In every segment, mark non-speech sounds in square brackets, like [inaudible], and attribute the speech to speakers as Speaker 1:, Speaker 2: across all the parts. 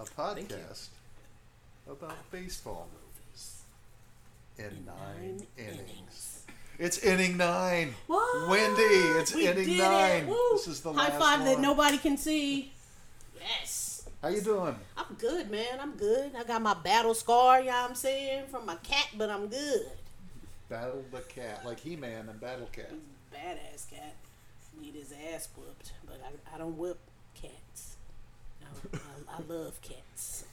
Speaker 1: Thank you.
Speaker 2: podcast about baseball movies in, nine, innings. It's inning nine.
Speaker 1: What?
Speaker 2: Wendy, it's
Speaker 1: We
Speaker 2: inning
Speaker 1: did it.
Speaker 2: nine.
Speaker 1: Woo.
Speaker 2: This is the
Speaker 1: high
Speaker 2: last
Speaker 1: five that
Speaker 2: one.
Speaker 1: nobody can see. Yes.
Speaker 2: How you doing?
Speaker 1: I'm good, man. I'm good. I got my battle scar, you know what I'm saying, from my cat, but I'm good.
Speaker 2: Battle the cat, like He-Man and Battle Cat.
Speaker 1: He's a badass cat. Need his ass whooped, but I, I don't whip cats. I, I, I love cats.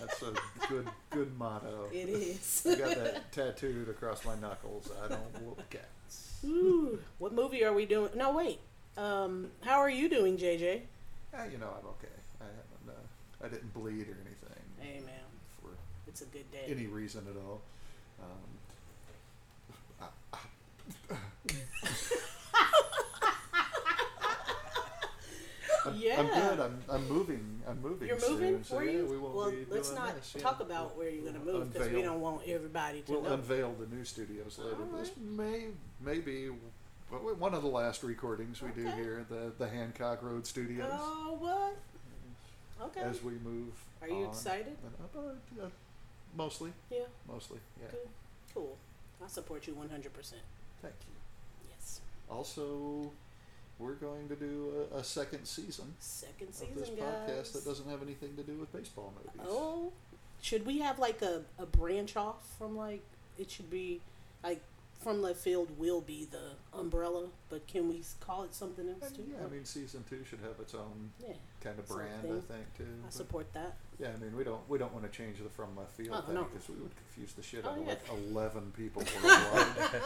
Speaker 2: That's a good good motto.
Speaker 1: [laughs] It is.
Speaker 2: I got that tattooed across my knuckles. I don't whoop cats.
Speaker 1: Ooh, what movie are we doing? No, wait. Um, how are you doing, JJ?
Speaker 2: Ah, you know I'm okay. I haven't. Uh, I didn't bleed or anything
Speaker 1: Hey, man.
Speaker 2: for
Speaker 1: It's a good day.
Speaker 2: any reason at all. Um,
Speaker 1: yeah.
Speaker 2: I'm good. I'm, I'm moving. I'm moving.
Speaker 1: You're moving?
Speaker 2: Soon, so
Speaker 1: Were
Speaker 2: yeah,
Speaker 1: you?
Speaker 2: we won't
Speaker 1: well,
Speaker 2: be
Speaker 1: let's
Speaker 2: doing
Speaker 1: not
Speaker 2: this, yeah.
Speaker 1: talk about where you're going to move because we
Speaker 2: unveil-
Speaker 1: don't want everybody to
Speaker 2: We'll
Speaker 1: know.
Speaker 2: unveil the new studios later.
Speaker 1: All
Speaker 2: but This may maybe one of the last recordings we do
Speaker 1: Okay.
Speaker 2: here at the the Hancock Road Studios
Speaker 1: Oh, what? Okay.
Speaker 2: as we move.
Speaker 1: Are you
Speaker 2: on.
Speaker 1: excited?
Speaker 2: And, uh, uh, uh, mostly,
Speaker 1: Yeah.
Speaker 2: mostly, yeah.
Speaker 1: Good. Cool. I support you 100%.
Speaker 2: Thank you.
Speaker 1: Yes.
Speaker 2: Also, we're going to do a, a second season
Speaker 1: Second
Speaker 2: of this
Speaker 1: season,
Speaker 2: podcast that
Speaker 1: guys.
Speaker 2: doesn't have anything to do with baseball movies.
Speaker 1: Oh, should we have like a, a branch off from like it should be like from left field will be the umbrella, but can we s- call it something else
Speaker 2: And,
Speaker 1: too?
Speaker 2: yeah, I mean, season two should have its own
Speaker 1: Yeah,
Speaker 2: kind of
Speaker 1: Sort of
Speaker 2: brand,
Speaker 1: thing.
Speaker 2: I think, too.
Speaker 1: I
Speaker 2: but-
Speaker 1: support that.
Speaker 2: Yeah, I mean, we don't we don't want to change the from left field
Speaker 1: Oh,
Speaker 2: thing
Speaker 1: no.
Speaker 2: because we would confuse the shit
Speaker 1: Oh,
Speaker 2: out of
Speaker 1: yeah.
Speaker 2: like eleven
Speaker 1: [laughs]
Speaker 2: people worldwide.
Speaker 1: I have to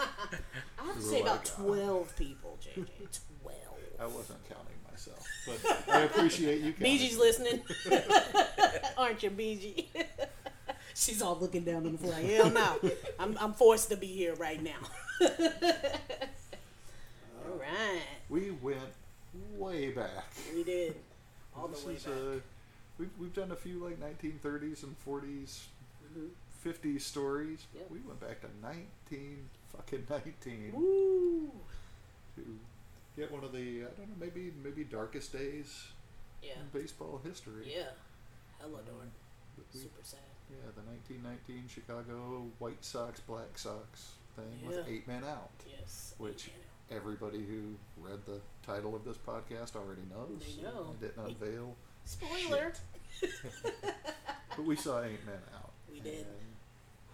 Speaker 2: We're
Speaker 1: say about
Speaker 2: like, uh,
Speaker 1: twelve people, JJ.
Speaker 2: I
Speaker 1: [laughs] Twelve.
Speaker 2: wasn't counting myself, but I appreciate you. counting.
Speaker 1: BG's listening, [laughs] aren't you, BG? [laughs] She's all looking down on the floor. like, Hell no, I'm I'm forced to be here right now. [laughs] all right,
Speaker 2: We went way back.
Speaker 1: we did all
Speaker 2: this
Speaker 1: the way
Speaker 2: is
Speaker 1: back.
Speaker 2: uh, we've we've done a few like 1930s and 40s,
Speaker 1: Mhm.
Speaker 2: 50s stories.
Speaker 1: Yep.
Speaker 2: We went back to 19 fucking 19
Speaker 1: Woo!
Speaker 2: to get one of the I don't know maybe maybe darkest days
Speaker 1: Yeah,
Speaker 2: in baseball history.
Speaker 1: yeah. Hella
Speaker 2: Um,
Speaker 1: darn.
Speaker 2: but we
Speaker 1: Super sad.
Speaker 2: Yeah, the 1919 Chicago White Sox Black Sox thing with
Speaker 1: Yeah.
Speaker 2: eight men out,
Speaker 1: Yes.
Speaker 2: which
Speaker 1: you know.
Speaker 2: everybody who read the title of this podcast already knows.
Speaker 1: They know.
Speaker 2: I didn't unveil,
Speaker 1: Spoiler.
Speaker 2: but we saw eight men out.
Speaker 1: We
Speaker 2: and
Speaker 1: did.
Speaker 2: [laughs]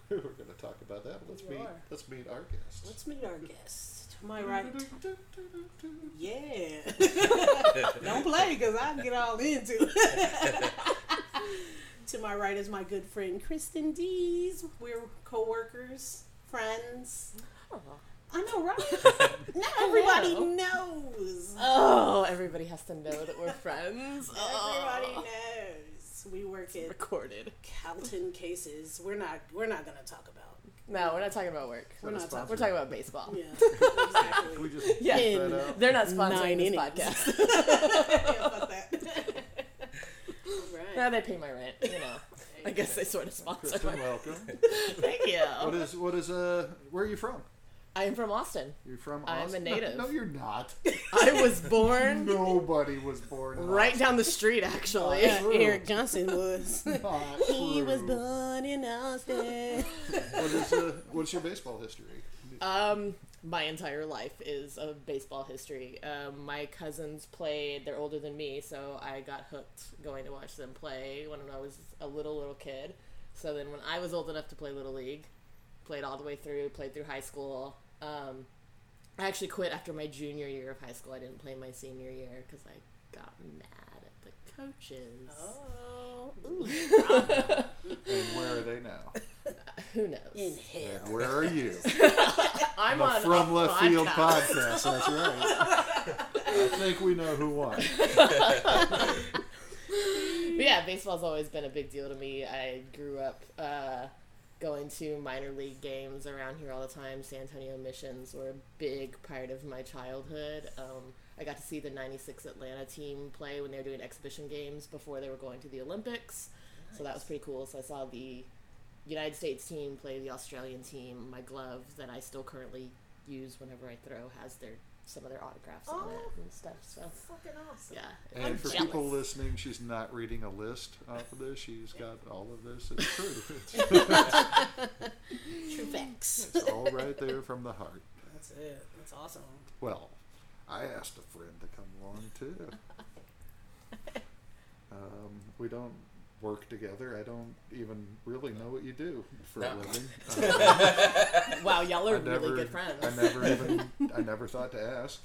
Speaker 2: we We're going to talk about that. Let's
Speaker 1: We
Speaker 2: meet.
Speaker 1: are.
Speaker 2: Let's meet our guests. [laughs]
Speaker 1: Let's meet our guest. To my right.
Speaker 2: Do-do-do-do-do-do.
Speaker 1: Yeah. [laughs] Don't play because I get all into it. [laughs] to my right is my good friend Kristen Dees. We're co workers, friends. I know, right? Not everybody
Speaker 3: Hello.
Speaker 1: knows.
Speaker 3: Oh, everybody has to know that we're
Speaker 1: [laughs]
Speaker 3: friends.
Speaker 1: Everybody
Speaker 3: Oh.
Speaker 1: knows. We work at
Speaker 3: Recorded.
Speaker 1: Calton cases. We're not we're not gonna talk about.
Speaker 3: No, we're not talking about work.
Speaker 1: We're not
Speaker 3: We're talking about baseball.
Speaker 1: Yeah.
Speaker 2: Can [laughs]
Speaker 1: exactly.
Speaker 2: we
Speaker 1: [laughs]
Speaker 2: just
Speaker 3: [laughs] Yeah.
Speaker 2: beep that out?
Speaker 3: They're not
Speaker 1: Nine
Speaker 3: sponsoring this
Speaker 1: innings.
Speaker 3: [laughs] podcast.
Speaker 1: Yeah, fuck that. [laughs]
Speaker 3: no,
Speaker 1: right.
Speaker 3: they pay my rent.
Speaker 1: [laughs]
Speaker 3: You know, I guess they sort of sponsor.
Speaker 2: Kristen,
Speaker 3: My-
Speaker 2: welcome.
Speaker 3: Thank
Speaker 2: What
Speaker 3: you.
Speaker 2: is what is uh? Where are you from?
Speaker 3: I am from Austin.
Speaker 2: You're from
Speaker 3: I'm a
Speaker 2: Austin? [laughs]
Speaker 3: native.
Speaker 2: No, you're not.
Speaker 3: I
Speaker 1: [laughs]
Speaker 3: was born
Speaker 2: Nobody was born in
Speaker 3: right down the street,
Speaker 1: Oh,
Speaker 3: actually.
Speaker 2: Yeah, True. Eric
Speaker 1: Johnson was.
Speaker 2: Not
Speaker 1: he was
Speaker 2: true.
Speaker 1: born in Austin.
Speaker 2: What is, uh, what's your baseball history?
Speaker 3: Um, my entire life is of baseball history. Um, my cousins played; they're older than me, so I got hooked going to watch them play when I was a little little kid. So then, when I was old enough to play little league, played all the way through, played through high school. Um, I actually quit after my junior year of high school. I didn't play my senior year because I got mad at the coaches.
Speaker 1: [laughs] Oh, ooh,
Speaker 2: And where are they now?
Speaker 3: [laughs] Who knows?
Speaker 1: in hell.
Speaker 2: And where are you?
Speaker 3: I'm
Speaker 2: The
Speaker 3: on
Speaker 2: From
Speaker 3: a
Speaker 2: Left Field
Speaker 3: podcast.
Speaker 2: podcast. That's right. I think we know who won.
Speaker 3: But yeah, baseball's always been a big deal to me. I grew up uh, going to minor league games around here all the time. San Antonio Missions were a big part of my childhood. Um, I got to see the 96 Atlanta team play when they were doing exhibition games before they were going to the Olympics. So that was pretty cool. So I saw the United States team play the Australian team. My glove that I still currently use whenever I throw has their some of their autographs on
Speaker 1: Oh.
Speaker 3: it and stuff. So
Speaker 1: Fucking awesome.
Speaker 3: yeah,
Speaker 2: And
Speaker 3: I'm
Speaker 2: for
Speaker 3: jealous.
Speaker 2: people listening, she's not reading a list off of this. She's got all of this. It's true. [laughs]
Speaker 1: True facts.
Speaker 2: It's all right there from the heart.
Speaker 1: That's it. That's [laughs] awesome.
Speaker 2: Well, I asked a friend to come along too. Um, we don't work together. I don't even really know what you do for a
Speaker 4: No.
Speaker 2: living. Um,
Speaker 3: wow, y'all
Speaker 2: I
Speaker 3: are
Speaker 2: never,
Speaker 3: really good friends.
Speaker 2: I
Speaker 3: [laughs]
Speaker 2: never even, I never thought to ask.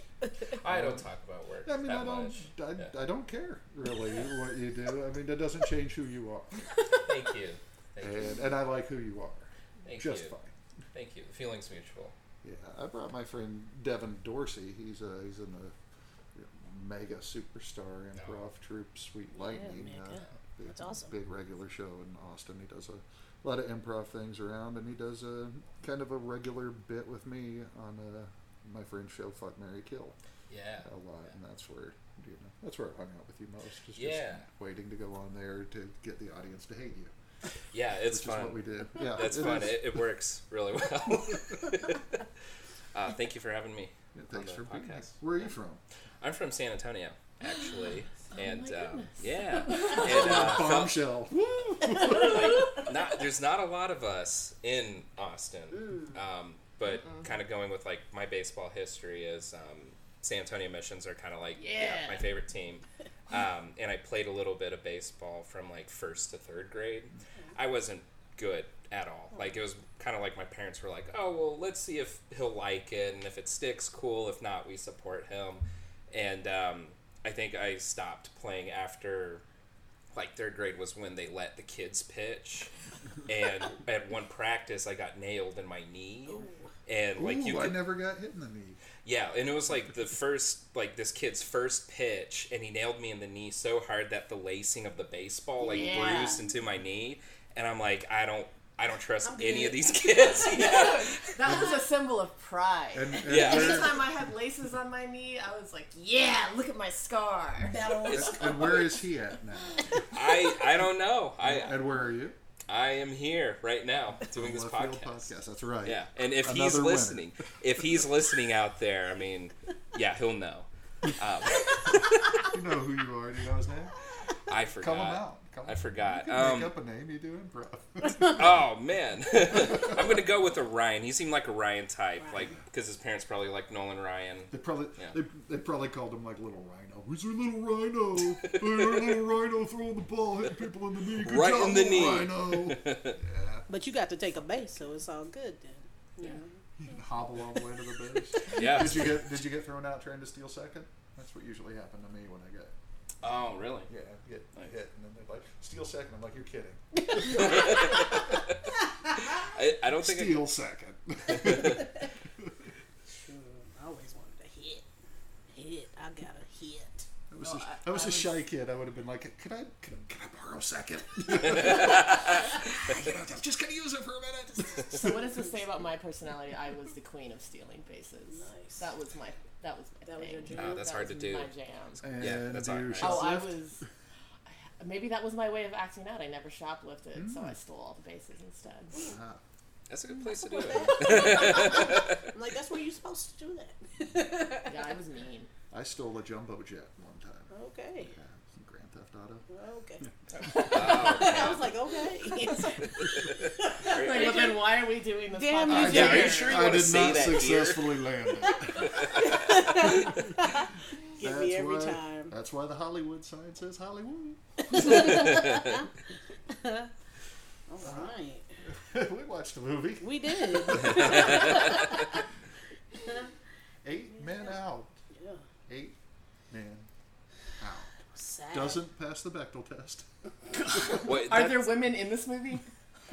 Speaker 4: I don't talk about work.
Speaker 2: I mean,
Speaker 4: that
Speaker 2: I don't,
Speaker 4: much.
Speaker 2: I,
Speaker 4: Yeah.
Speaker 2: I don't care really what you do. I mean, that doesn't change who you are,
Speaker 4: Thank you. Thank you.
Speaker 2: and, and I like who you are,
Speaker 4: Thank
Speaker 2: just
Speaker 4: you.
Speaker 2: fine.
Speaker 4: Thank you. The feeling's mutual.
Speaker 2: Yeah, I brought my friend Devin Dorsey. He's a he's in the you know, mega superstar
Speaker 4: Oh.
Speaker 2: improv troupe Sweet Lightning.
Speaker 1: mega.
Speaker 2: uh, big-
Speaker 1: That's awesome.
Speaker 2: Big regular show in Austin. He does a lot of improv things around, and he does a kind of a regular bit with me on uh my friend's show Fuck Mary Kill
Speaker 4: Yeah.
Speaker 2: a lot, and that's where you know that's where I hung out with you most. Is
Speaker 4: Yeah.
Speaker 2: just waiting to go on there to get the audience to hate you,
Speaker 4: Yeah, it's
Speaker 2: which
Speaker 4: fun.
Speaker 2: is what we did. [laughs] Yeah,
Speaker 4: That's
Speaker 2: it
Speaker 4: fun.
Speaker 2: is.
Speaker 4: It, it works really well.
Speaker 2: [laughs]
Speaker 4: [laughs] uh, thank you for having me.
Speaker 2: Yeah, thanks
Speaker 4: the
Speaker 2: for being here.
Speaker 4: podcast.
Speaker 2: Where are you
Speaker 4: [laughs]
Speaker 2: from?
Speaker 4: I'm from San Antonio,
Speaker 3: [gasps]
Speaker 4: actually. and
Speaker 3: Oh my
Speaker 4: um,
Speaker 3: goodness.
Speaker 4: yeah,
Speaker 3: [laughs]
Speaker 4: and, uh, felt-
Speaker 2: Bombshell.
Speaker 4: not there's not a lot of us in Austin, um, but kind of going with like my baseball history is um, San Antonio Missions are kind of like
Speaker 3: Yeah.
Speaker 4: my favorite team, um, and I played a little bit of baseball from like first to third grade. I wasn't good at all. Like it was kind of like my parents were like, "Oh well, let's see if he'll like it, and if it sticks, cool. If not, we support him." And um, I think I stopped playing after like third grade was when they let the kids pitch and
Speaker 2: [laughs]
Speaker 4: at one practice i got nailed in my knee and like you
Speaker 2: Ooh, I
Speaker 4: could,
Speaker 2: never got hit in the knee.
Speaker 4: yeah and it was like the first like this kid's first pitch and he nailed me in the knee so hard that the lacing of the baseball like
Speaker 3: Yeah.
Speaker 4: bruised into my knee and i'm like i don't i don't trust
Speaker 1: I'm
Speaker 4: any
Speaker 1: good.
Speaker 4: of
Speaker 2: [laughs]
Speaker 4: these kids yeah.
Speaker 3: that was a symbol of pride.
Speaker 2: And, and
Speaker 4: Yeah.
Speaker 2: where-
Speaker 3: Anytime I had laces on my knee, I was like, "Yeah, look at my scar."
Speaker 1: Battle.
Speaker 2: and where is he at now?
Speaker 4: i i don't know [laughs] i
Speaker 2: And where are you?
Speaker 4: i am here
Speaker 2: [laughs]
Speaker 4: right now doing this
Speaker 2: Left Field
Speaker 4: podcast
Speaker 2: That's right.
Speaker 4: Yeah, and if he's
Speaker 2: Another winner.
Speaker 4: listening, if he's listening out there, I mean, yeah, he'll know. Um,
Speaker 2: You know who you are. Do you know his name? [laughs]
Speaker 4: I
Speaker 2: Call
Speaker 4: forgot.
Speaker 2: him out. Call
Speaker 4: I
Speaker 2: him-
Speaker 4: forgot.
Speaker 2: You can
Speaker 4: Um,
Speaker 2: make up a name. You do improv.
Speaker 4: oh man, [laughs] I'm gonna go
Speaker 2: [laughs]
Speaker 4: with a Ryan. He seemed like a Ryan type, like because his parents probably like Nolan Ryan.
Speaker 2: They probably
Speaker 4: Yeah.
Speaker 2: they, they probably called him like little rhino. Who's your little rhino? Hey, your little rhino throwing the ball, hitting people in the knee. Good
Speaker 4: Right
Speaker 2: job,
Speaker 4: in the
Speaker 2: little
Speaker 4: knee. [laughs]
Speaker 2: Rhino.
Speaker 1: [laughs] But you got to take a base, so it's all good then. Yeah.
Speaker 2: And Hobble all the way to the base.
Speaker 4: Yeah.
Speaker 2: Did you get Did you get thrown out trying to steal second? That's what usually happened to me when I got
Speaker 4: Oh really?
Speaker 2: yeah I get
Speaker 4: Nice.
Speaker 2: hit, and then they're like steal second. I'm like you're kidding.
Speaker 4: I, I don't think. I,
Speaker 2: Steal second. [laughs]
Speaker 1: Sure. I always wanted a hit. Hit. I got a hit.
Speaker 2: I was, a,
Speaker 3: No, I-
Speaker 2: I was
Speaker 3: I
Speaker 2: a
Speaker 3: was-
Speaker 2: shy kid. I would have been like, "Could I, could, could I borrow a
Speaker 4: [laughs]
Speaker 2: second? [laughs] You know, I'm just gonna use it for a minute."
Speaker 3: So what does this say about my personality? I was the queen of stealing bases.
Speaker 1: Nice.
Speaker 3: That was my that was my
Speaker 1: That was
Speaker 3: thing.
Speaker 1: your jam.
Speaker 4: Oh, that's
Speaker 3: That
Speaker 4: hard
Speaker 3: was
Speaker 4: to do.
Speaker 3: My jam.
Speaker 4: Yeah, that's
Speaker 2: And
Speaker 4: all
Speaker 2: you
Speaker 4: right.
Speaker 2: should-
Speaker 3: Oh, I
Speaker 2: Shoplift?
Speaker 3: was. Maybe that was my way of acting out. I never shoplifted, so
Speaker 4: Mm.
Speaker 3: I stole all the bases instead.
Speaker 2: Ah,
Speaker 4: That's a good place to do it.
Speaker 3: [laughs]
Speaker 1: I'm like, that's where you're supposed to do that. [laughs]
Speaker 3: Yeah, I was mean.
Speaker 2: I stole a jumbo jet one time.
Speaker 1: Okay.
Speaker 2: Yeah, some Grand Theft Auto.
Speaker 1: Okay. [laughs]
Speaker 4: Oh, [laughs]
Speaker 1: I
Speaker 4: okay.
Speaker 1: was like, okay. [laughs]
Speaker 3: [laughs] Like, but then why are we doing this?
Speaker 1: Damn you,
Speaker 3: podcast?
Speaker 1: Yeah, are you Jared.
Speaker 4: sure you
Speaker 2: I
Speaker 4: wanna
Speaker 2: did
Speaker 4: say
Speaker 2: not
Speaker 4: that here?
Speaker 2: successfully land
Speaker 4: [laughs]
Speaker 2: it.
Speaker 1: Get me
Speaker 2: That's
Speaker 1: every
Speaker 2: why-
Speaker 1: time.
Speaker 2: That's why the Hollywood sign says Hollywood. [laughs]
Speaker 1: [laughs] All right.
Speaker 2: we watched a movie. [laughs]
Speaker 1: We did.
Speaker 2: Eight men out.
Speaker 1: yeah.
Speaker 2: Eight men out.
Speaker 4: Uh,
Speaker 1: Sad.
Speaker 2: Doesn't pass the Bechtel test.
Speaker 4: What,
Speaker 3: Are
Speaker 4: that-
Speaker 3: there women in this movie? [laughs]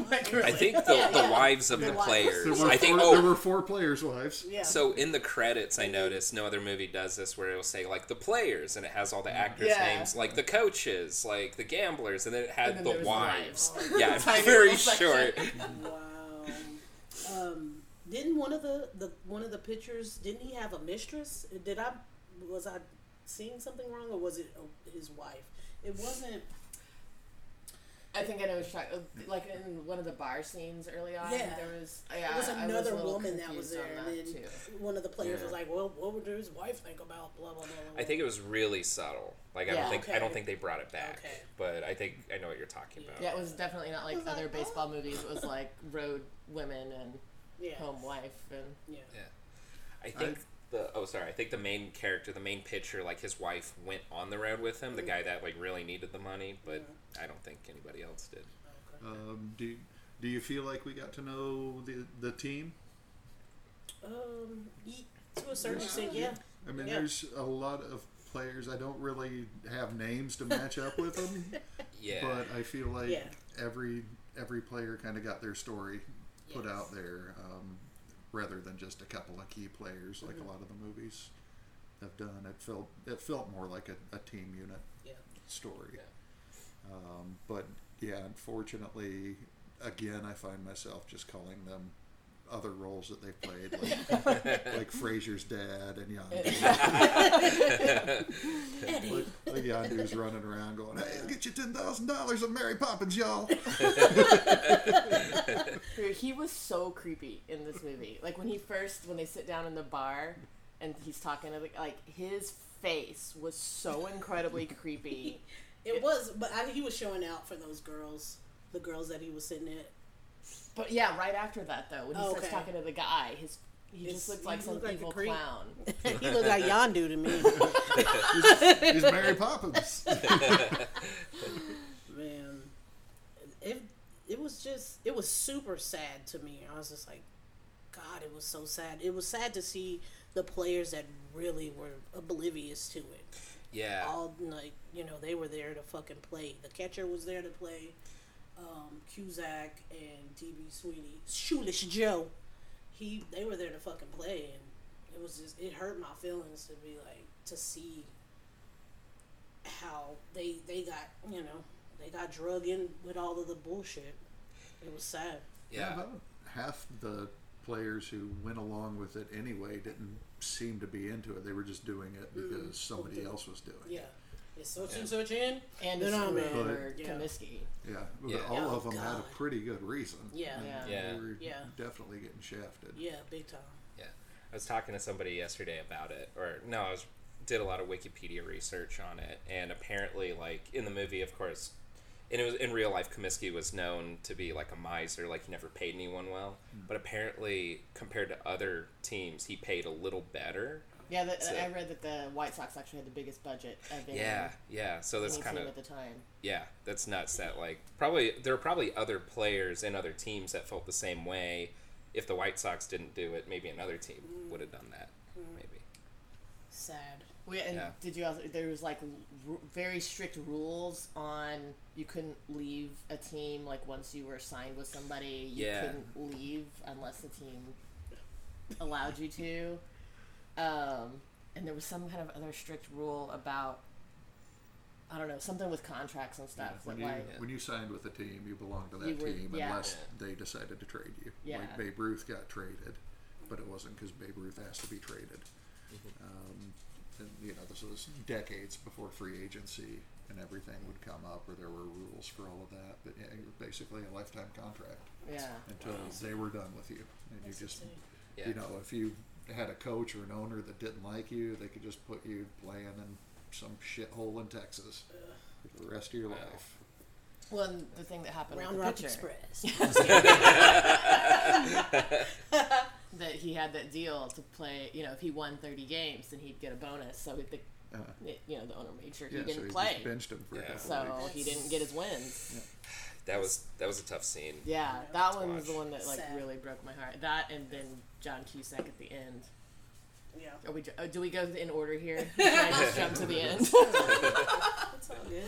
Speaker 3: Like,
Speaker 4: I
Speaker 3: really?
Speaker 4: think the, the wives of the
Speaker 3: wives.
Speaker 2: There
Speaker 4: players.
Speaker 2: were,
Speaker 4: I think.
Speaker 2: four,
Speaker 4: Oh,
Speaker 2: there were four players' wives.
Speaker 1: Yeah.
Speaker 4: So in the credits, I noticed no other movie does this, where it'll say like the players, and it has all the actors'
Speaker 3: Mm-hmm. Yeah.
Speaker 4: names, like the coaches, like the gamblers, and then it
Speaker 3: And
Speaker 4: had
Speaker 3: then
Speaker 4: the
Speaker 3: there was
Speaker 4: wives.
Speaker 3: wives. [laughs]
Speaker 4: Yeah, it's
Speaker 3: Tiny
Speaker 4: [laughs] very
Speaker 3: little section.
Speaker 4: short.
Speaker 1: wow. Um, didn't one of the, the one of the pictures? Didn't he have a mistress? Did I was I oh, seeing something wrong, or was it uh, his wife? It wasn't.
Speaker 3: I think I know. what you're talking- Like in one of the bar scenes early on,
Speaker 1: Yeah.
Speaker 3: there was yeah,
Speaker 1: There was
Speaker 3: I a
Speaker 1: another
Speaker 3: little
Speaker 1: woman that was
Speaker 3: confused on
Speaker 1: there, and
Speaker 3: that,
Speaker 1: then
Speaker 3: too.
Speaker 1: one of the players
Speaker 4: Yeah.
Speaker 1: was like, "Well, what would his wife think about blah blah blah?" blah,
Speaker 4: I think it was really subtle. Like I
Speaker 3: Yeah.
Speaker 4: don't think I
Speaker 1: Okay.
Speaker 4: don't think they brought it back,
Speaker 1: Okay.
Speaker 4: but I think I know what you're talking about.
Speaker 3: Yeah, it was definitely not like
Speaker 1: Was that
Speaker 3: other
Speaker 1: all?
Speaker 3: baseball movies. It
Speaker 1: [laughs]
Speaker 3: was like road women and
Speaker 1: blah." yeah,
Speaker 3: home life and
Speaker 1: yeah,
Speaker 4: I think the oh sorry, I think the main character, the main pitcher, like his wife went on the road with him, the
Speaker 3: Mm-hmm.
Speaker 4: guy that like really needed the money, but I don't think anybody else
Speaker 3: [laughs]
Speaker 4: did.
Speaker 1: Okay.
Speaker 2: Um, do do you feel like we got to know the the team?
Speaker 1: Um, ye- to a certain extent, yeah.
Speaker 2: I mean,
Speaker 1: Yeah.
Speaker 2: there's a lot of players. I don't really have names to match up with them,
Speaker 3: [laughs]
Speaker 4: Yeah.
Speaker 2: but I feel like
Speaker 1: Yeah.
Speaker 2: every every player kind of got their story put
Speaker 1: Yes.
Speaker 2: out there, um, rather than just a couple of key players
Speaker 1: Mm-hmm.
Speaker 2: like a lot of the movies have done. It felt it felt more like a, a team unit
Speaker 1: Yeah.
Speaker 2: [laughs] story.
Speaker 4: Yeah.
Speaker 2: Um, but yeah, unfortunately, again, I find myself just calling them other roles that they played,
Speaker 1: [laughs]
Speaker 2: like, like Frasier's dad and Yondu. like, like Yondu's running around going, "Hey, I'll get you ten thousand dollars of Mary Poppins, y'all."
Speaker 3: Dude, he was so creepy in
Speaker 1: [laughs]
Speaker 3: this movie. Like when he first, when they sit down in the bar and he's talking to the, like his face
Speaker 1: [laughs]
Speaker 3: was so incredibly creepy.
Speaker 1: It was, but I, he was showing out for those girls, the girls that he was sitting at. [laughs]
Speaker 3: But yeah, right after that though, when he starts
Speaker 1: Okay.
Speaker 3: talking to the guy, his he
Speaker 1: It's-
Speaker 3: just looks
Speaker 1: he
Speaker 3: like some
Speaker 1: looked like a
Speaker 3: evil
Speaker 1: creep.
Speaker 3: clown.
Speaker 1: [laughs] he looked like Yondu to me.
Speaker 2: He's Mary Poppins.
Speaker 1: Man, it it was just it was super sad to me. I was just like, God, it was so sad. It was sad to see the players that really were oblivious to it.
Speaker 4: [laughs] yeah.
Speaker 1: all like you know they were there to fucking play. The catcher was there to play. Um, Cusack and DB Sweeney, Shoeless Joe, he they were there to fucking play, and it was just it hurt my feelings to be like to see how they they got you know they got drug in with all of the bullshit. It was sad.
Speaker 4: yeah.
Speaker 2: About half the players who went along with it anyway didn't seem to be into it. They were just doing it because somebody else was doing it.
Speaker 1: Yeah, it's such and such in
Speaker 3: And
Speaker 1: Then
Speaker 3: his
Speaker 1: I'm
Speaker 3: roommate,
Speaker 1: in.
Speaker 3: or
Speaker 1: Yeah.
Speaker 3: Comiskey.
Speaker 2: Yeah,
Speaker 4: Yeah.
Speaker 2: but all
Speaker 1: Oh,
Speaker 2: of them had a
Speaker 1: God.
Speaker 2: pretty good reason.
Speaker 1: Yeah.
Speaker 3: Yeah.
Speaker 4: Yeah.
Speaker 2: They were
Speaker 1: Yeah.
Speaker 2: definitely getting shafted.
Speaker 1: yeah, big time.
Speaker 4: Yeah. I was talking to somebody yesterday about it, or no, I was did a lot of Wikipedia research on it, and apparently, like in the movie, of course, and it was in real life, Comiskey was known to be like a miser, like he never paid anyone well. But apparently, compared to other teams, he paid a little better.
Speaker 3: Yeah, that,
Speaker 4: So-
Speaker 3: I read that the White Sox actually had the biggest budget of any
Speaker 4: Yeah, yeah. So
Speaker 3: any
Speaker 4: that's
Speaker 3: team
Speaker 4: kind of
Speaker 3: at the time.
Speaker 4: yeah, that's nuts. That like probably there are probably other players and other teams that felt the same way. If the White Sox didn't do it, maybe another team would have done that. Maybe.
Speaker 1: Sad.
Speaker 3: We, and
Speaker 4: Yeah.
Speaker 3: did you also? There was like r- very strict rules on you couldn't leave a team. Like once you were signed with somebody, you
Speaker 4: Yeah.
Speaker 3: couldn't leave unless the team allowed you to. Um, and there was some kind of other strict rule about I don't know something with contracts and stuff.
Speaker 2: When
Speaker 3: that,
Speaker 2: you,
Speaker 3: like,
Speaker 2: when you signed with a team, you belonged to
Speaker 3: You
Speaker 2: that
Speaker 3: were-
Speaker 2: team
Speaker 3: yeah.
Speaker 2: unless they decided to trade you.
Speaker 3: Yeah.
Speaker 2: Like Babe Ruth got traded, but it wasn't because Babe Ruth has to be traded. Um, and, you know, this was decades before free agency and everything would come up, where there were rules for all of that. But yeah, you were basically a lifetime contract
Speaker 3: yeah.
Speaker 2: until they were done with you, and you just
Speaker 1: insane.
Speaker 4: Yeah.
Speaker 2: you know, if you had a coach or an owner that didn't like you, they could just put you playing in some shithole in Texas for the rest of your life.
Speaker 3: Well, and the thing that happened
Speaker 1: Round
Speaker 3: with the
Speaker 1: Rock
Speaker 3: pitcher [laughs]
Speaker 1: Express.
Speaker 3: that he had that deal to play. You know, if he won thirty games, then he'd get a bonus. So the
Speaker 2: Uh,
Speaker 3: you know the owner made sure he
Speaker 2: yeah, so
Speaker 3: didn't
Speaker 2: he
Speaker 3: play.
Speaker 2: just benched him for a
Speaker 4: Yeah.
Speaker 2: couple
Speaker 3: so
Speaker 2: weeks.
Speaker 3: he didn't get his wins.
Speaker 4: That was that was a tough scene.
Speaker 3: Yeah, that one was the
Speaker 4: Gosh.
Speaker 3: one that like
Speaker 1: Sad.
Speaker 3: really broke my heart. That and then John Cusack at the end.
Speaker 1: yeah.
Speaker 3: Are we? oh, Do we go in order here? Should I just jump to the end?
Speaker 1: That's all good.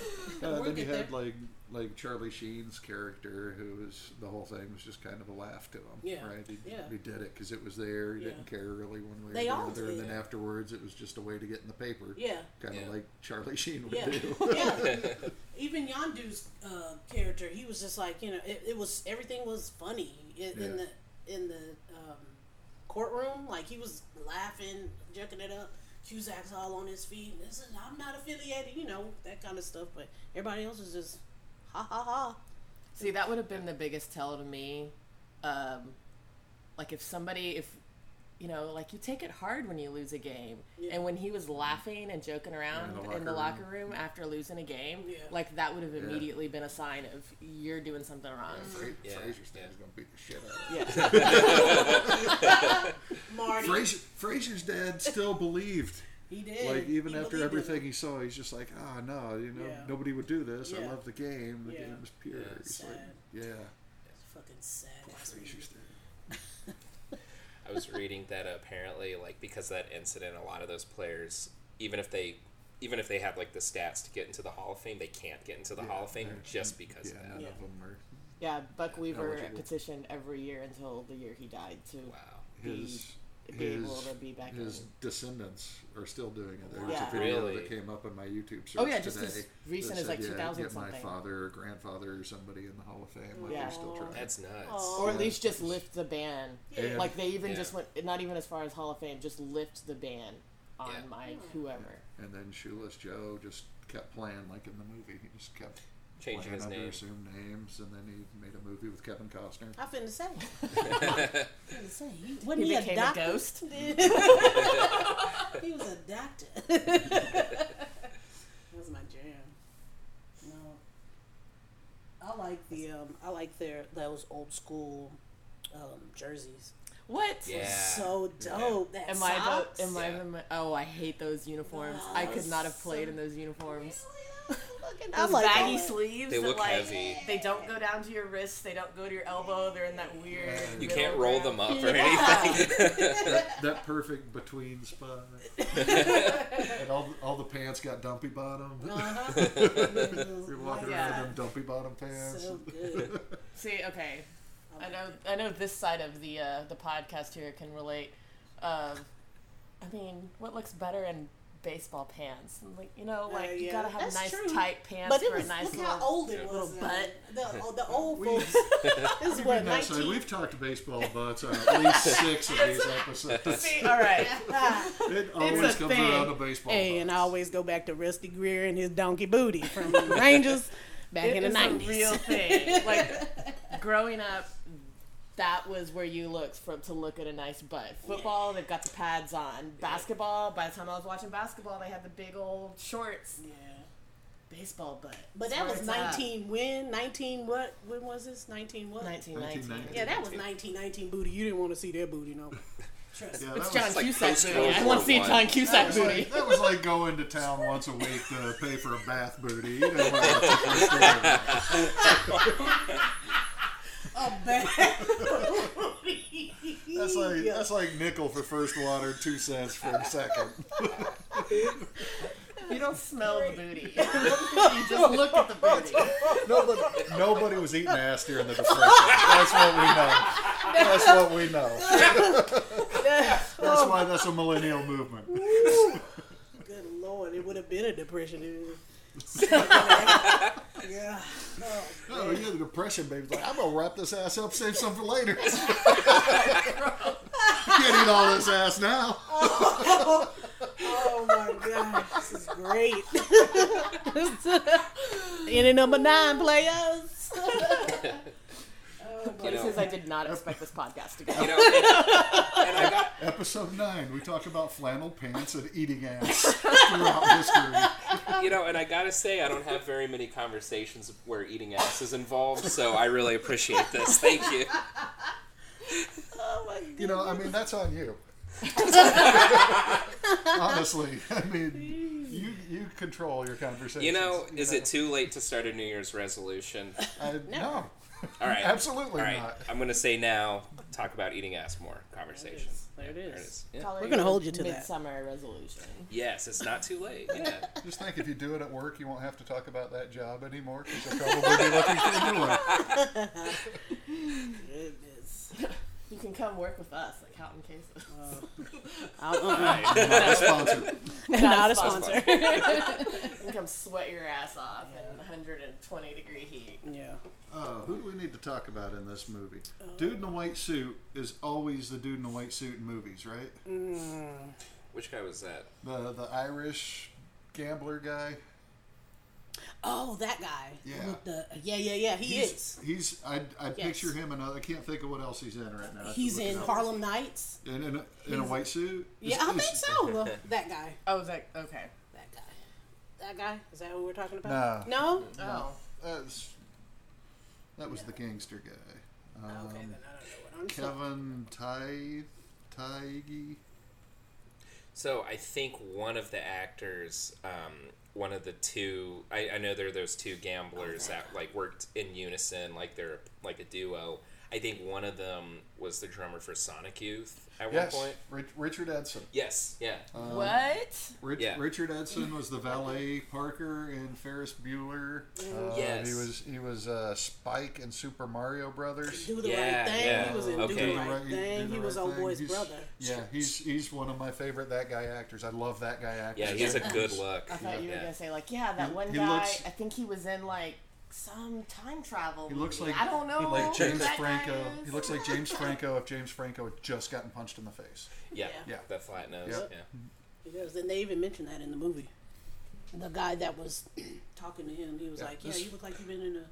Speaker 2: Uh,
Speaker 1: We'll
Speaker 2: then you
Speaker 1: get
Speaker 2: had
Speaker 1: there.
Speaker 2: like like Charlie Sheen's character, who was the whole thing was just kind of a laugh to him,
Speaker 1: Yeah,
Speaker 2: right? He,
Speaker 1: yeah.
Speaker 2: he did it because it was there. He
Speaker 1: Yeah.
Speaker 2: didn't care really one way
Speaker 1: They
Speaker 2: or the
Speaker 1: all
Speaker 2: other. And
Speaker 1: did.
Speaker 2: then afterwards, it was just a way to get in the paper,
Speaker 1: Yeah.
Speaker 2: kind of
Speaker 4: Yeah.
Speaker 2: like Charlie [laughs] Sheen would
Speaker 1: [laughs] Yeah.
Speaker 2: do.
Speaker 1: yeah. Even Yondu's uh, character, he was just like you know, it, it was everything was funny in, in
Speaker 2: Yeah.
Speaker 1: the in the um, courtroom. Like he was laughing, jerking it up. Cusack's all on his feet. This is, I'm not affiliated, you know that kind of stuff. But everybody else was just ha ha ha.
Speaker 3: See, that would have been the biggest tell to me. Um, like if somebody, if you know, like you take it hard when you lose a game,
Speaker 1: Yeah.
Speaker 3: and when he was laughing and joking around in the locker,
Speaker 2: locker
Speaker 3: room. after losing a game,
Speaker 1: Yeah.
Speaker 3: like that would have
Speaker 2: Yeah.
Speaker 3: immediately been a sign of you're doing something wrong.
Speaker 2: Uh, Fra-
Speaker 4: Yeah,
Speaker 2: Fraser's
Speaker 4: yeah.
Speaker 2: dad's gonna beat the shit out of him.
Speaker 3: Yeah,
Speaker 1: [laughs] Marty.
Speaker 2: Fraser, Fraser's dad still believed.
Speaker 1: [laughs] He did.
Speaker 2: Like even
Speaker 1: He
Speaker 2: after
Speaker 1: believed in
Speaker 2: everything
Speaker 1: it.
Speaker 2: he saw, he's just like, ah, no, you know,
Speaker 1: Yeah.
Speaker 2: nobody would do this. I
Speaker 1: Yeah.
Speaker 2: love the game. The
Speaker 1: Yeah.
Speaker 2: game is pure.
Speaker 4: Yeah.
Speaker 2: It's
Speaker 1: Sad.
Speaker 2: like, yeah,
Speaker 1: Fucking sad. ass
Speaker 2: Fraser's
Speaker 1: movie.
Speaker 2: dad.
Speaker 4: I was reading that apparently, like because of that incident, a lot of those players, even if they, even if they have like the stats to get into the Hall of Fame, they can't get into the Hall of Fame
Speaker 2: they're-
Speaker 4: just because
Speaker 2: Yeah,
Speaker 4: of that.
Speaker 2: none
Speaker 1: Yeah.
Speaker 2: of them are.
Speaker 3: yeah. Buck Weaver
Speaker 2: Eligible.
Speaker 3: petitioned every year until the year he died to
Speaker 4: Wow.
Speaker 2: His
Speaker 3: be
Speaker 2: his,
Speaker 3: able to be back
Speaker 2: his
Speaker 3: in.
Speaker 2: descendants are still doing it. There's
Speaker 3: Yeah.
Speaker 2: a video
Speaker 4: Really?
Speaker 2: that came up on my YouTube search
Speaker 3: Oh, yeah, just
Speaker 2: today.
Speaker 3: as
Speaker 2: that
Speaker 3: recent as,
Speaker 2: said,
Speaker 3: like,
Speaker 2: yeah,
Speaker 3: 2000
Speaker 2: get
Speaker 3: something.
Speaker 2: my father or grandfather or somebody in the Hall of Fame. Like
Speaker 3: Yeah.
Speaker 2: they're still trying.
Speaker 4: That's nuts.
Speaker 3: or at
Speaker 2: Yeah.
Speaker 3: least just lift the ban.
Speaker 2: Yeah.
Speaker 3: Like they even
Speaker 4: Yeah.
Speaker 3: just went, not even as far as Hall of Fame, just lift the ban on
Speaker 4: Yeah.
Speaker 3: my whoever.
Speaker 2: and then Shoeless Joe just kept playing like in the movie. He just kept playing
Speaker 4: Changing his
Speaker 2: under
Speaker 4: name.
Speaker 2: assumed names, and then he made a movie with Kevin Costner.
Speaker 3: [laughs]
Speaker 1: I finna say. finna say. He,
Speaker 3: He
Speaker 1: wasn't [laughs] he,
Speaker 3: became
Speaker 1: a
Speaker 3: a
Speaker 1: doctor?
Speaker 3: ghost?
Speaker 1: he was a
Speaker 4: [laughs]
Speaker 1: doctor. that was my jam. No. I like the um I like their those old school um jerseys.
Speaker 3: What?
Speaker 4: Yeah.
Speaker 1: So dope. That
Speaker 3: Am I
Speaker 1: socks.
Speaker 3: the? Am I
Speaker 4: Yeah.
Speaker 3: the? Oh, I hate those uniforms. I could not have played in
Speaker 1: [laughs]
Speaker 3: those uniforms. [laughs] Those baggy sleeves.
Speaker 4: They
Speaker 3: that,
Speaker 4: look
Speaker 3: like,
Speaker 4: heavy.
Speaker 3: They don't go down to your wrists. They don't go to your elbow. They're in that weird.
Speaker 4: You
Speaker 3: middle
Speaker 4: can't roll
Speaker 3: ground.
Speaker 4: them up or
Speaker 3: Yeah. [laughs]
Speaker 4: anything.
Speaker 2: that, that perfect between
Speaker 4: [laughs]
Speaker 2: spot. and all, all the pants got dumpy bottom.
Speaker 1: Uh-huh.
Speaker 2: [laughs] You're walking
Speaker 3: Yeah.
Speaker 2: around in them dumpy bottom pants. [laughs]
Speaker 1: So good.
Speaker 3: See, okay, I
Speaker 1: like
Speaker 3: know. I know this side of the uh, the podcast here can relate. Um, I mean, what looks better in baseball pants? And, Like you know,
Speaker 1: Uh,
Speaker 3: like you
Speaker 1: yeah.
Speaker 3: gotta have
Speaker 1: That's
Speaker 3: nice
Speaker 1: true.
Speaker 3: tight pants
Speaker 1: But it
Speaker 3: for
Speaker 1: was
Speaker 3: a nice
Speaker 1: look
Speaker 3: little.
Speaker 1: how old it
Speaker 4: little
Speaker 1: was. uh,
Speaker 3: butt.
Speaker 1: The, oh, the old
Speaker 2: We- [laughs]
Speaker 1: folks. this is what
Speaker 2: That side,
Speaker 1: 19.
Speaker 2: we've talked baseball butts on at least six of these
Speaker 3: [laughs]
Speaker 2: episodes.
Speaker 3: [laughs] See,
Speaker 1: [laughs]
Speaker 3: all right.
Speaker 2: It always
Speaker 3: a
Speaker 2: comes
Speaker 3: thing.
Speaker 2: around to baseball
Speaker 1: And I
Speaker 2: butts.
Speaker 1: always go back to Rusty Greer and his donkey booty from [laughs] Rangers back
Speaker 3: It
Speaker 1: in the
Speaker 3: is a
Speaker 1: nineties. [laughs]
Speaker 3: real thing. Like growing up, that was where you looked for to look at a nice butt. Football, they've got the pads on. Basketball, by the time I was watching basketball, they had the big old shorts.
Speaker 1: yeah.
Speaker 3: Baseball butt.
Speaker 1: But
Speaker 3: That's
Speaker 1: that
Speaker 3: where
Speaker 1: was
Speaker 3: it's at.
Speaker 1: nineteen when? Nineteen what when was this? Nineteen what?
Speaker 3: 1919.
Speaker 1: Yeah, that was nineteen nineteen booty. You didn't want to see their booty,
Speaker 3: [laughs]
Speaker 1: no. [laughs] Trust me.
Speaker 2: Yeah,
Speaker 3: It's
Speaker 2: that
Speaker 3: John
Speaker 2: was,
Speaker 4: like
Speaker 3: Cusack
Speaker 4: post-World
Speaker 3: booty. I
Speaker 4: War
Speaker 3: want to see a
Speaker 4: One.
Speaker 3: John
Speaker 2: that,
Speaker 3: [laughs] Cusack
Speaker 2: was
Speaker 3: booty.
Speaker 2: like, that was like going to town once a week to pay for a bath booty. You know, like,
Speaker 1: A bad booty.
Speaker 2: that's like
Speaker 1: Yeah.
Speaker 2: that's like nickel for first water, two cents for second.
Speaker 3: [laughs] You don't smell the
Speaker 1: [laughs]
Speaker 3: booty. you just look at the booty.
Speaker 2: Nobody, nobody was eating ass during the depression. That's what we know. That's what we know. [laughs] That's why that's a millennial movement.
Speaker 1: Woo. Good lord, it would have been a depression.
Speaker 3: [laughs]
Speaker 1: if it was- [laughs] yeah. Oh,
Speaker 2: Oh, you're the depression baby. It's Like, I'm gonna wrap this ass up, save some for later. Can't eat all this ass now.
Speaker 1: oh my gosh, this is great. Any number nine players.
Speaker 4: [laughs] You know,
Speaker 3: Places I did not expect this podcast to go.
Speaker 4: you know, and, and I got
Speaker 2: Episode nine, we talk about flannel pants and eating ass [laughs] throughout history.
Speaker 4: you know, and I gotta say, I don't have very many conversations where eating ass is involved, so I really appreciate this. Thank you.
Speaker 1: Oh my god.
Speaker 2: You know, I mean, that's on [laughs] you. Honestly, I mean, you you control your conversations.
Speaker 4: You know, is it too late to start a New Year's resolution?
Speaker 2: I, no.
Speaker 4: All right,
Speaker 2: Absolutely
Speaker 4: All right,
Speaker 2: not.
Speaker 4: I'm gonna say now. Talk about eating ass more. Conversation.
Speaker 1: There it
Speaker 4: There it
Speaker 1: is.
Speaker 4: is. Yeah.
Speaker 3: We're
Speaker 1: gonna hold you to that.
Speaker 3: midsummer resolution.
Speaker 4: Yes, it's not too late. Yeah. [laughs]
Speaker 2: Just think, if you do it at work, you won't have to talk about that job anymore because you'll
Speaker 4: [laughs]
Speaker 2: probably be looking for a new one.
Speaker 1: [laughs] Goodness.
Speaker 3: You can come work with us at Counting Cases.
Speaker 1: I'll-
Speaker 3: [laughs]
Speaker 1: uh-uh.
Speaker 2: Not a sponsor.
Speaker 1: Not a
Speaker 3: a
Speaker 1: sponsor.
Speaker 3: [laughs] You can come sweat your ass off in 120 degree heat.
Speaker 1: yeah.
Speaker 2: Oh, who do we need to talk about in this movie? Dude in the white suit is always the dude in the white suit in movies, right?
Speaker 4: Which guy was that?
Speaker 2: The the Irish gambler guy.
Speaker 1: Oh, that guy.
Speaker 2: Yeah.
Speaker 1: With the- yeah, yeah, yeah. He
Speaker 2: he's,
Speaker 1: is.
Speaker 2: He's. I. I picture
Speaker 1: Yes.
Speaker 2: him in. A, I can't think of what else he's in right now. I have to
Speaker 1: He's
Speaker 2: look it
Speaker 1: in
Speaker 2: up.
Speaker 1: Harlem Nights.
Speaker 2: In, in, a, in a white suit.
Speaker 1: Yeah, I
Speaker 2: Is-
Speaker 1: think
Speaker 2: is-
Speaker 1: so. Well, [laughs] that guy.
Speaker 3: Oh, is that okay?
Speaker 1: That guy. That guy. Is that who we're talking about? No.
Speaker 3: Oh,
Speaker 2: That's, that was the gangster guy. Um,
Speaker 1: okay, then I don't know what I'm saying.
Speaker 2: Kevin Ty. Tyge.
Speaker 4: So I think one of the actors, um, one of the two, I, I know they're those two gamblers that like worked in unison, like they're like a duo. I think one of them was the drummer for Sonic Youth at
Speaker 2: Yes.
Speaker 4: one point.
Speaker 2: Rich, Richard Edson.
Speaker 4: Yes, yeah,
Speaker 2: Um,
Speaker 3: what?
Speaker 2: Rich,
Speaker 4: Yeah.
Speaker 2: Richard Edson was the valet Parker in Ferris Bueller.
Speaker 3: Mm-hmm.
Speaker 2: Uh,
Speaker 4: Yes.
Speaker 2: He was he was uh, Spike in Super Mario Brothers.
Speaker 1: Do the
Speaker 4: Yeah,
Speaker 1: right thing.
Speaker 4: yeah.
Speaker 1: He was in Do
Speaker 4: Okay.
Speaker 1: the Right,
Speaker 2: Right, he
Speaker 1: Thing.
Speaker 2: did the
Speaker 1: He was
Speaker 2: right
Speaker 1: old
Speaker 2: thing.
Speaker 1: boy's
Speaker 2: He's-
Speaker 1: brother.
Speaker 2: Yeah, he's he's one of my favorite that guy actors. I love that guy actor.
Speaker 4: yeah. He's a good look.
Speaker 3: I thought you were
Speaker 4: Yeah.
Speaker 3: gonna say like, yeah, that
Speaker 2: He-
Speaker 3: one
Speaker 2: he
Speaker 3: guy.
Speaker 2: looks-
Speaker 3: I think he was in like some time travel.
Speaker 2: He looks
Speaker 3: movie.
Speaker 2: like
Speaker 3: I don't know.
Speaker 2: Like
Speaker 3: who
Speaker 2: James
Speaker 3: that guy
Speaker 2: Franco.
Speaker 3: is.
Speaker 2: He looks like James Franco if James Franco had just gotten punched in the face.
Speaker 4: Yeah,
Speaker 2: Yeah.
Speaker 4: that flat nose.
Speaker 2: Yep.
Speaker 4: Yeah.
Speaker 1: Because then they even mentioned that in the movie. The guy that was [clears throat] talking to him, he was
Speaker 2: Yeah,
Speaker 1: like, "Yeah,
Speaker 2: this-
Speaker 1: you look like you've been in a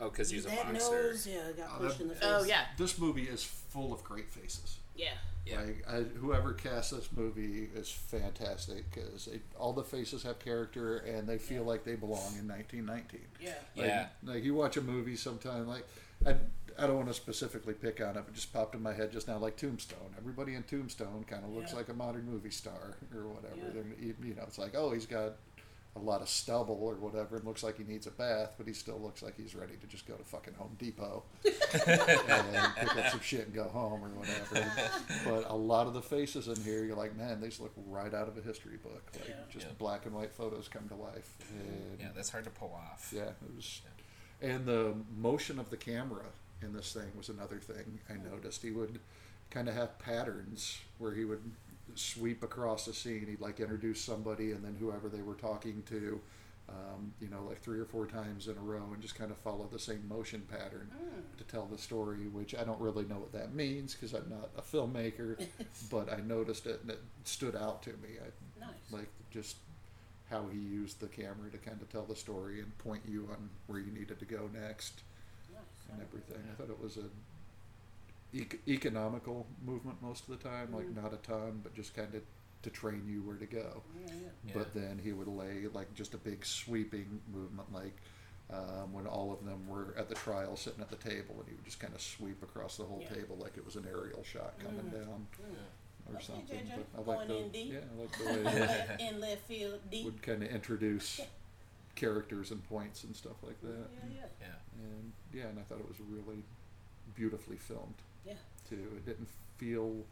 Speaker 4: Oh, because he's a
Speaker 1: that
Speaker 4: boxer.
Speaker 1: nose, yeah, got
Speaker 2: Oh,
Speaker 1: punched
Speaker 2: that-
Speaker 1: in the face."
Speaker 3: Oh yeah,
Speaker 2: This movie is full of great faces.
Speaker 3: yeah.
Speaker 4: Yeah.
Speaker 2: Like I, whoever cast this movie is fantastic because all the faces have character and they feel like they belong in 1919.
Speaker 1: yeah.
Speaker 2: Like,
Speaker 4: Yeah.
Speaker 2: like you watch a movie sometime like I, I don't want to specifically pick on it, but just popped in my head just now like Tombstone. Everybody in Tombstone kind of looks
Speaker 1: Yeah.
Speaker 2: like a modern movie star or whatever.
Speaker 1: Yeah.
Speaker 2: They're- You, you know, it's like oh he's got a lot of stubble or whatever and looks like he needs a bath, but he still looks like he's ready to just go to fucking Home Depot and pick up some shit and go home or whatever. But a lot of the faces in here, you're like, man, these look right out of a history book. Like
Speaker 1: Yeah.
Speaker 2: just
Speaker 4: Yeah.
Speaker 2: black and white photos come to life. And
Speaker 4: Yeah, that's hard to pull off.
Speaker 2: yeah, it was, and the motion of the camera in this thing was another thing I noticed. He would kind of have patterns where he would sweep across the scene. He'd like introduce somebody, and then whoever they were talking to, um, you know, like three or four times in a row, and just kind of follow the same motion pattern
Speaker 1: Hmm,
Speaker 2: to tell the story. Which I don't really know what that means because I'm not a filmmaker, but I noticed it and it stood out to me. I,
Speaker 1: Nice.
Speaker 2: like just how he used the camera to kind of tell the story and point you on where you needed to go next and
Speaker 1: nice.
Speaker 2: everything. I thought it was a ec- economical movement most of the time, like
Speaker 1: Mm-hmm.
Speaker 2: not a ton, but just kind of to train you where to go.
Speaker 1: Yeah, yeah.
Speaker 2: But then he would lay like just a big sweeping movement, like um, when all of them were at the trial sitting at the table, and he would just kind of sweep across the whole
Speaker 1: Yeah. Mm-hmm.
Speaker 2: table like it was an aerial shot coming down
Speaker 1: Hmm.
Speaker 2: or
Speaker 1: Okay,
Speaker 2: something.
Speaker 1: JJ,
Speaker 2: But I like
Speaker 1: going in
Speaker 2: the
Speaker 1: deep.
Speaker 2: yeah, I like the way. he-
Speaker 1: Left- in left field, deep.
Speaker 2: would kind of introduce characters and points and stuff like
Speaker 1: yeah,
Speaker 2: that.
Speaker 1: yeah,
Speaker 4: Yeah.
Speaker 2: And yeah, and I thought it was really beautifully filmed
Speaker 1: yeah.
Speaker 2: too. It didn't feel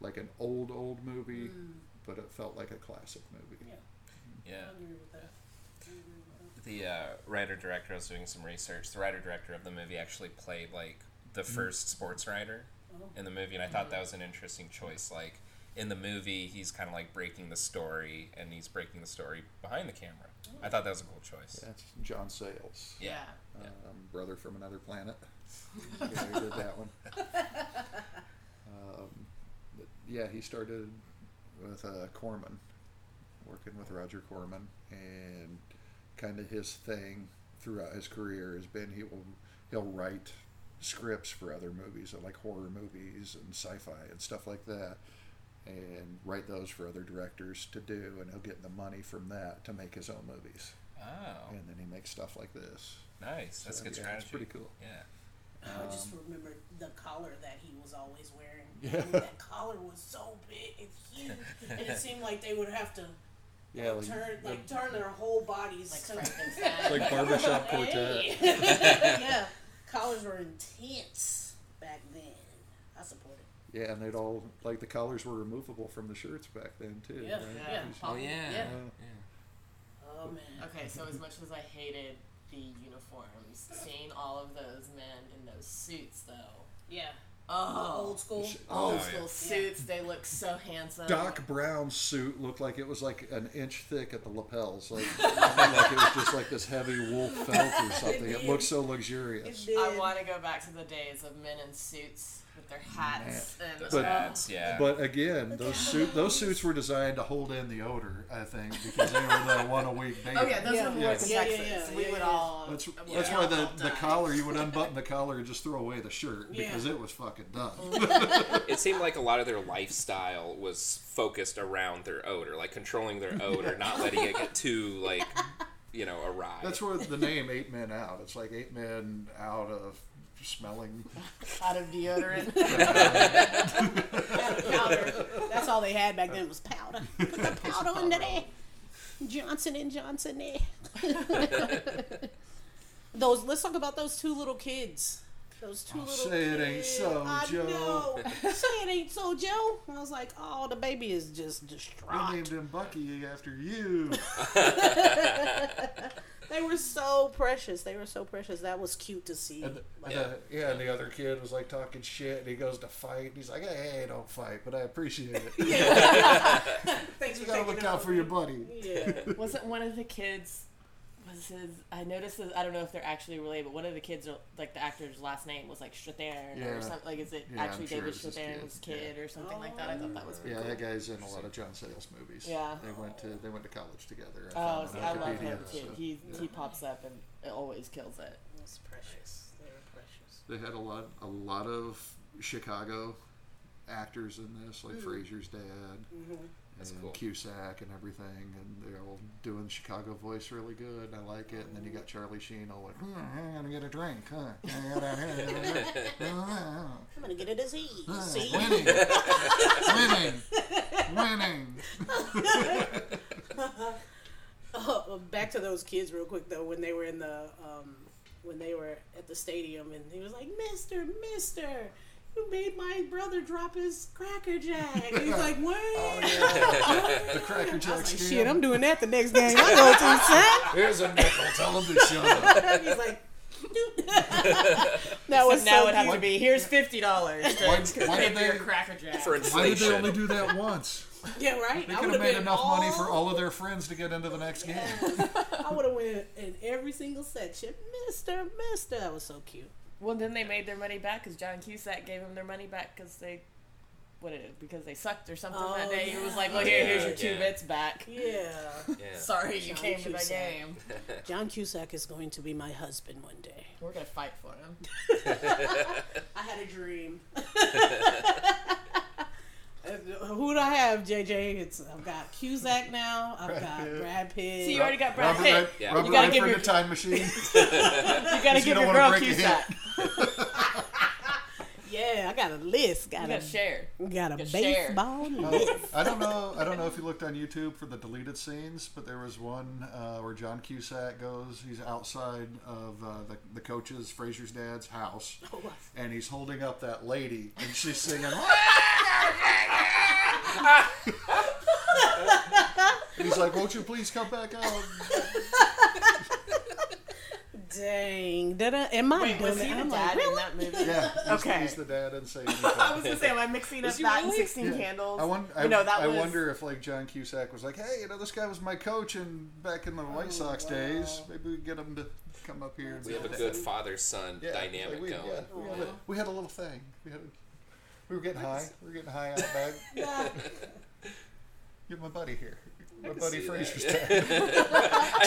Speaker 2: like an old old movie, but it felt like a classic movie.
Speaker 1: yeah.
Speaker 4: Yeah.
Speaker 1: I agree with that. I agree with
Speaker 4: the uh, writer director I was doing some research. The writer director of the movie actually played like the
Speaker 2: Mm.
Speaker 4: first sports writer
Speaker 1: Oh.
Speaker 4: in the movie, and I thought that was an interesting choice. Like in the movie, he's kind of like breaking the story, and he's breaking the story behind the camera. I thought that was a cool choice.
Speaker 2: That's John Sayles,
Speaker 4: Yeah.
Speaker 2: um, brother from another
Speaker 4: [laughs]
Speaker 2: planet. yeah, he did that one. Um, but yeah, he started with uh, Corman, working with Roger Corman, and kind of his thing throughout his career has been he will he'll write scripts for other movies, like horror movies and sci-fi and stuff like that, and write those for other directors to do, and he'll get the money from that to make his own movies,
Speaker 4: Oh,
Speaker 2: and then he makes stuff like this.
Speaker 4: nice. That's a good
Speaker 2: yeah,
Speaker 4: strategy.
Speaker 2: It's pretty cool.
Speaker 4: Yeah.
Speaker 1: I just
Speaker 4: um,
Speaker 1: remembered the collar that he was always wearing.
Speaker 2: Yeah.
Speaker 1: I mean, that collar was so big and huge, and it seemed like they would have
Speaker 4: [laughs]
Speaker 1: to
Speaker 2: Yeah, like,
Speaker 1: turn like turn their whole bodies [laughs]
Speaker 3: Like
Speaker 1: to
Speaker 2: [laughs]
Speaker 3: Frankenstein.
Speaker 2: like barbershop quartet.
Speaker 1: [laughs] Hey.
Speaker 4: [laughs]
Speaker 1: yeah, collars were intense back then. I support it.
Speaker 2: Yeah, and they'd all like the collars were removable from the shirts back then too.
Speaker 1: Yeah,
Speaker 2: right?
Speaker 1: yeah.
Speaker 4: Oh yeah.
Speaker 3: Yeah.
Speaker 1: Oh man.
Speaker 3: Okay, so as much as I hated the uniforms, seeing all of those men in those suits, though.
Speaker 1: Yeah.
Speaker 3: Oh,
Speaker 1: Old school.
Speaker 3: old
Speaker 4: Oh,
Speaker 3: school
Speaker 4: yeah.
Speaker 3: suits. They look so handsome.
Speaker 2: Doc Brown's suit looked like it was like an inch thick at the lapels,
Speaker 1: [laughs]
Speaker 2: like, like it was just like this heavy wool felt or something. It looked so luxurious.
Speaker 1: did.
Speaker 3: I want to go back to the days of men in suits
Speaker 5: with their hats and
Speaker 4: Those
Speaker 2: But-
Speaker 4: hats, yeah.
Speaker 2: But again, those suit those suits were designed to hold in the odor, I think, because they were
Speaker 1: [laughs]
Speaker 2: the one a week baby.
Speaker 5: oh yeah, those
Speaker 1: Yeah.
Speaker 5: were more
Speaker 2: Yes.
Speaker 5: the
Speaker 1: Yeah, yeah,
Speaker 5: sexes.
Speaker 1: yeah,
Speaker 5: we
Speaker 1: yeah,
Speaker 5: would
Speaker 1: yeah.
Speaker 5: all.
Speaker 2: That's
Speaker 5: we would
Speaker 2: that's
Speaker 5: all
Speaker 2: why the,
Speaker 5: help
Speaker 2: the
Speaker 5: die.
Speaker 2: collar you would unbutton the collar and just throw away the shirt because
Speaker 1: Yeah. Oh,
Speaker 2: it was fucking done.
Speaker 4: it seemed like a lot of their lifestyle was focused around their odor, like
Speaker 2: [laughs]
Speaker 4: controlling their odor, not letting it get too like you know awry.
Speaker 2: That's where the name Eight Men Out. It's like eight men out of smelling.
Speaker 5: out of
Speaker 2: [laughs]
Speaker 5: deodorant,
Speaker 1: powder. That's all they had back then was powder. Put the powder in there. Johnson and Johnson there. [laughs] those let's talk about those two little kids. Those two little
Speaker 2: Oh, say
Speaker 1: kids.
Speaker 2: it ain't so,
Speaker 1: I
Speaker 2: Joe.
Speaker 1: know. say it ain't so, Joe. I was like, oh, the baby is just
Speaker 2: I
Speaker 1: distraught.
Speaker 2: named him Bucky after you.
Speaker 1: They were so precious. They were so precious. That was cute to see.
Speaker 2: And, and uh, yeah, and the other kid was like talking shit, and he goes to fight, and he's like, "Hey, don't fight, but I appreciate it. you [laughs]
Speaker 1: [laughs] Thanks for
Speaker 2: gotta
Speaker 1: taking
Speaker 2: look out
Speaker 1: over.
Speaker 2: for your buddy."
Speaker 1: Yeah.
Speaker 3: Wasn't one of the kids? Was his? I noticed. This, I don't know if they're actually related, but one of the kids, are, like the actor's last name, was like Strathairn
Speaker 2: Yeah.
Speaker 3: or something. Like, is it
Speaker 2: Yeah, I'm
Speaker 3: actually
Speaker 2: sure
Speaker 3: David
Speaker 2: it's his
Speaker 3: Strathairn's
Speaker 2: kid, yeah.
Speaker 3: kid or something like that? I thought that was pretty
Speaker 2: Yeah,
Speaker 3: cool.
Speaker 2: that guy's in a lot of John Sayles movies.
Speaker 3: Yeah.
Speaker 2: they went to they went to college together.
Speaker 3: Oh,
Speaker 2: found
Speaker 3: see,
Speaker 2: on
Speaker 3: I love him
Speaker 2: Wikipedia,
Speaker 3: too.
Speaker 2: so,
Speaker 3: He
Speaker 2: yeah.
Speaker 3: he pops up and it always kills it.
Speaker 1: It was precious. They were precious.
Speaker 2: They had a lot a lot of Chicago actors in this, like Frasier's dad.
Speaker 1: Mm-hmm.
Speaker 4: That's
Speaker 2: and
Speaker 4: cool. [laughs]
Speaker 2: Cusack and everything, and they're all doing Chicago voice really good. and I like it. And then you got Charlie Sheen all like, hmm, I'm gonna get a drink, huh? I'm gonna-
Speaker 1: I'm gonna get a disease.
Speaker 3: [laughs]
Speaker 2: [laughs]
Speaker 1: See? [laughs]
Speaker 2: winning, winning, winning.
Speaker 1: Uh, back to those kids real quick though when they were in the um, when they were at the stadium and he was like mister mister you made my brother drop his cracker jack and he's like what
Speaker 2: Oh, The Cracker
Speaker 1: I
Speaker 2: Jack
Speaker 1: was like,
Speaker 2: stand.
Speaker 1: shit i'm doing that the next game i
Speaker 2: Here's a nickel. Tell him to shut up. [laughs]
Speaker 1: go to son he's like dude that
Speaker 3: So
Speaker 1: was
Speaker 3: now
Speaker 1: so
Speaker 3: it has to
Speaker 1: cute.
Speaker 3: be here's fifty dollars
Speaker 2: Why,
Speaker 3: [laughs] to
Speaker 2: why
Speaker 3: pay
Speaker 2: did
Speaker 3: for your
Speaker 2: they?
Speaker 3: cracker jack.
Speaker 4: [laughs] for
Speaker 2: Why did they
Speaker 4: inflation.
Speaker 2: only do that once?
Speaker 1: yeah right
Speaker 2: They
Speaker 1: I
Speaker 2: could
Speaker 1: would've
Speaker 2: have made
Speaker 1: been
Speaker 2: enough money for all of their friends to get into the next game.
Speaker 1: i would have went in every single section mister mister that was so cute
Speaker 3: Well, then they made their money back because John Cusack gave them their money back because they, what it, because they sucked or something
Speaker 1: Oh,
Speaker 3: that day. He was like, "Well, here,
Speaker 4: yeah.
Speaker 3: here's your
Speaker 4: Yeah,
Speaker 3: two
Speaker 4: yeah.
Speaker 3: bits back."
Speaker 1: yeah
Speaker 2: [laughs]
Speaker 4: Yeah.
Speaker 3: Sorry, you
Speaker 1: John
Speaker 3: came to the
Speaker 1: Cusack.
Speaker 3: game.
Speaker 1: john cusack is going to be my husband one day
Speaker 3: We're gonna fight for [laughs] him.
Speaker 1: I had a
Speaker 3: [laughs]
Speaker 1: dream. Who would I have, JJ? It's I've got Cusack now. I've got
Speaker 2: Pitt.
Speaker 1: Brad Pitt.
Speaker 3: So [laughs] you already got Brad
Speaker 2: Robert,
Speaker 3: Pitt.
Speaker 2: Red,
Speaker 4: Yeah.
Speaker 2: Robert
Speaker 3: You gotta
Speaker 2: Redford
Speaker 3: give your-
Speaker 2: the time machine.
Speaker 3: You gotta
Speaker 2: You
Speaker 3: give
Speaker 2: don't
Speaker 3: your
Speaker 2: wanna
Speaker 3: girl
Speaker 2: break a hit.
Speaker 3: Cusack.
Speaker 1: yeah, I got a list. Got
Speaker 3: [laughs] You
Speaker 1: a
Speaker 3: gotta share.
Speaker 1: got a
Speaker 3: you gotta share.
Speaker 1: baseball list.
Speaker 2: Oh, I don't know. I don't know if you looked on YouTube for the deleted scenes, but there was one uh, where John Cusack goes. He's outside of uh, the the coach's Fraser's dad's
Speaker 3: [laughs]
Speaker 2: house,
Speaker 3: Oh,
Speaker 2: and he's holding up that lady, and she's singing. [laughs] he's like, "Won't you please come back out?"
Speaker 1: Dang, did I, am I
Speaker 3: Wait,
Speaker 1: doing
Speaker 3: was
Speaker 1: it?
Speaker 3: he the
Speaker 1: I'm
Speaker 3: dad
Speaker 1: like,
Speaker 3: in
Speaker 1: really?
Speaker 3: that movie?
Speaker 2: Yeah. He's,
Speaker 3: Okay.
Speaker 2: He's the dad and saying.
Speaker 3: [laughs] I was gonna say, am I mixing up
Speaker 4: he
Speaker 3: that and
Speaker 4: really?
Speaker 3: Sixteen
Speaker 2: Yeah.
Speaker 3: Candles?
Speaker 2: I, won- I,
Speaker 3: But no, that
Speaker 2: I
Speaker 3: was-
Speaker 2: wonder if like John Cusack was like, hey, you know, this guy was my coach and back in the White
Speaker 3: Oh,
Speaker 2: Sox days. Maybe we can get him to come up here. And
Speaker 4: We have a
Speaker 2: do
Speaker 4: good
Speaker 2: that."
Speaker 4: father son
Speaker 2: Yeah,
Speaker 4: dynamic
Speaker 2: like, we, yeah,
Speaker 4: going.
Speaker 2: we, had a, we had a little thing. We had. We were getting high. We were getting high out back. Get my buddy here. My buddy
Speaker 4: see
Speaker 2: Fraser's dad.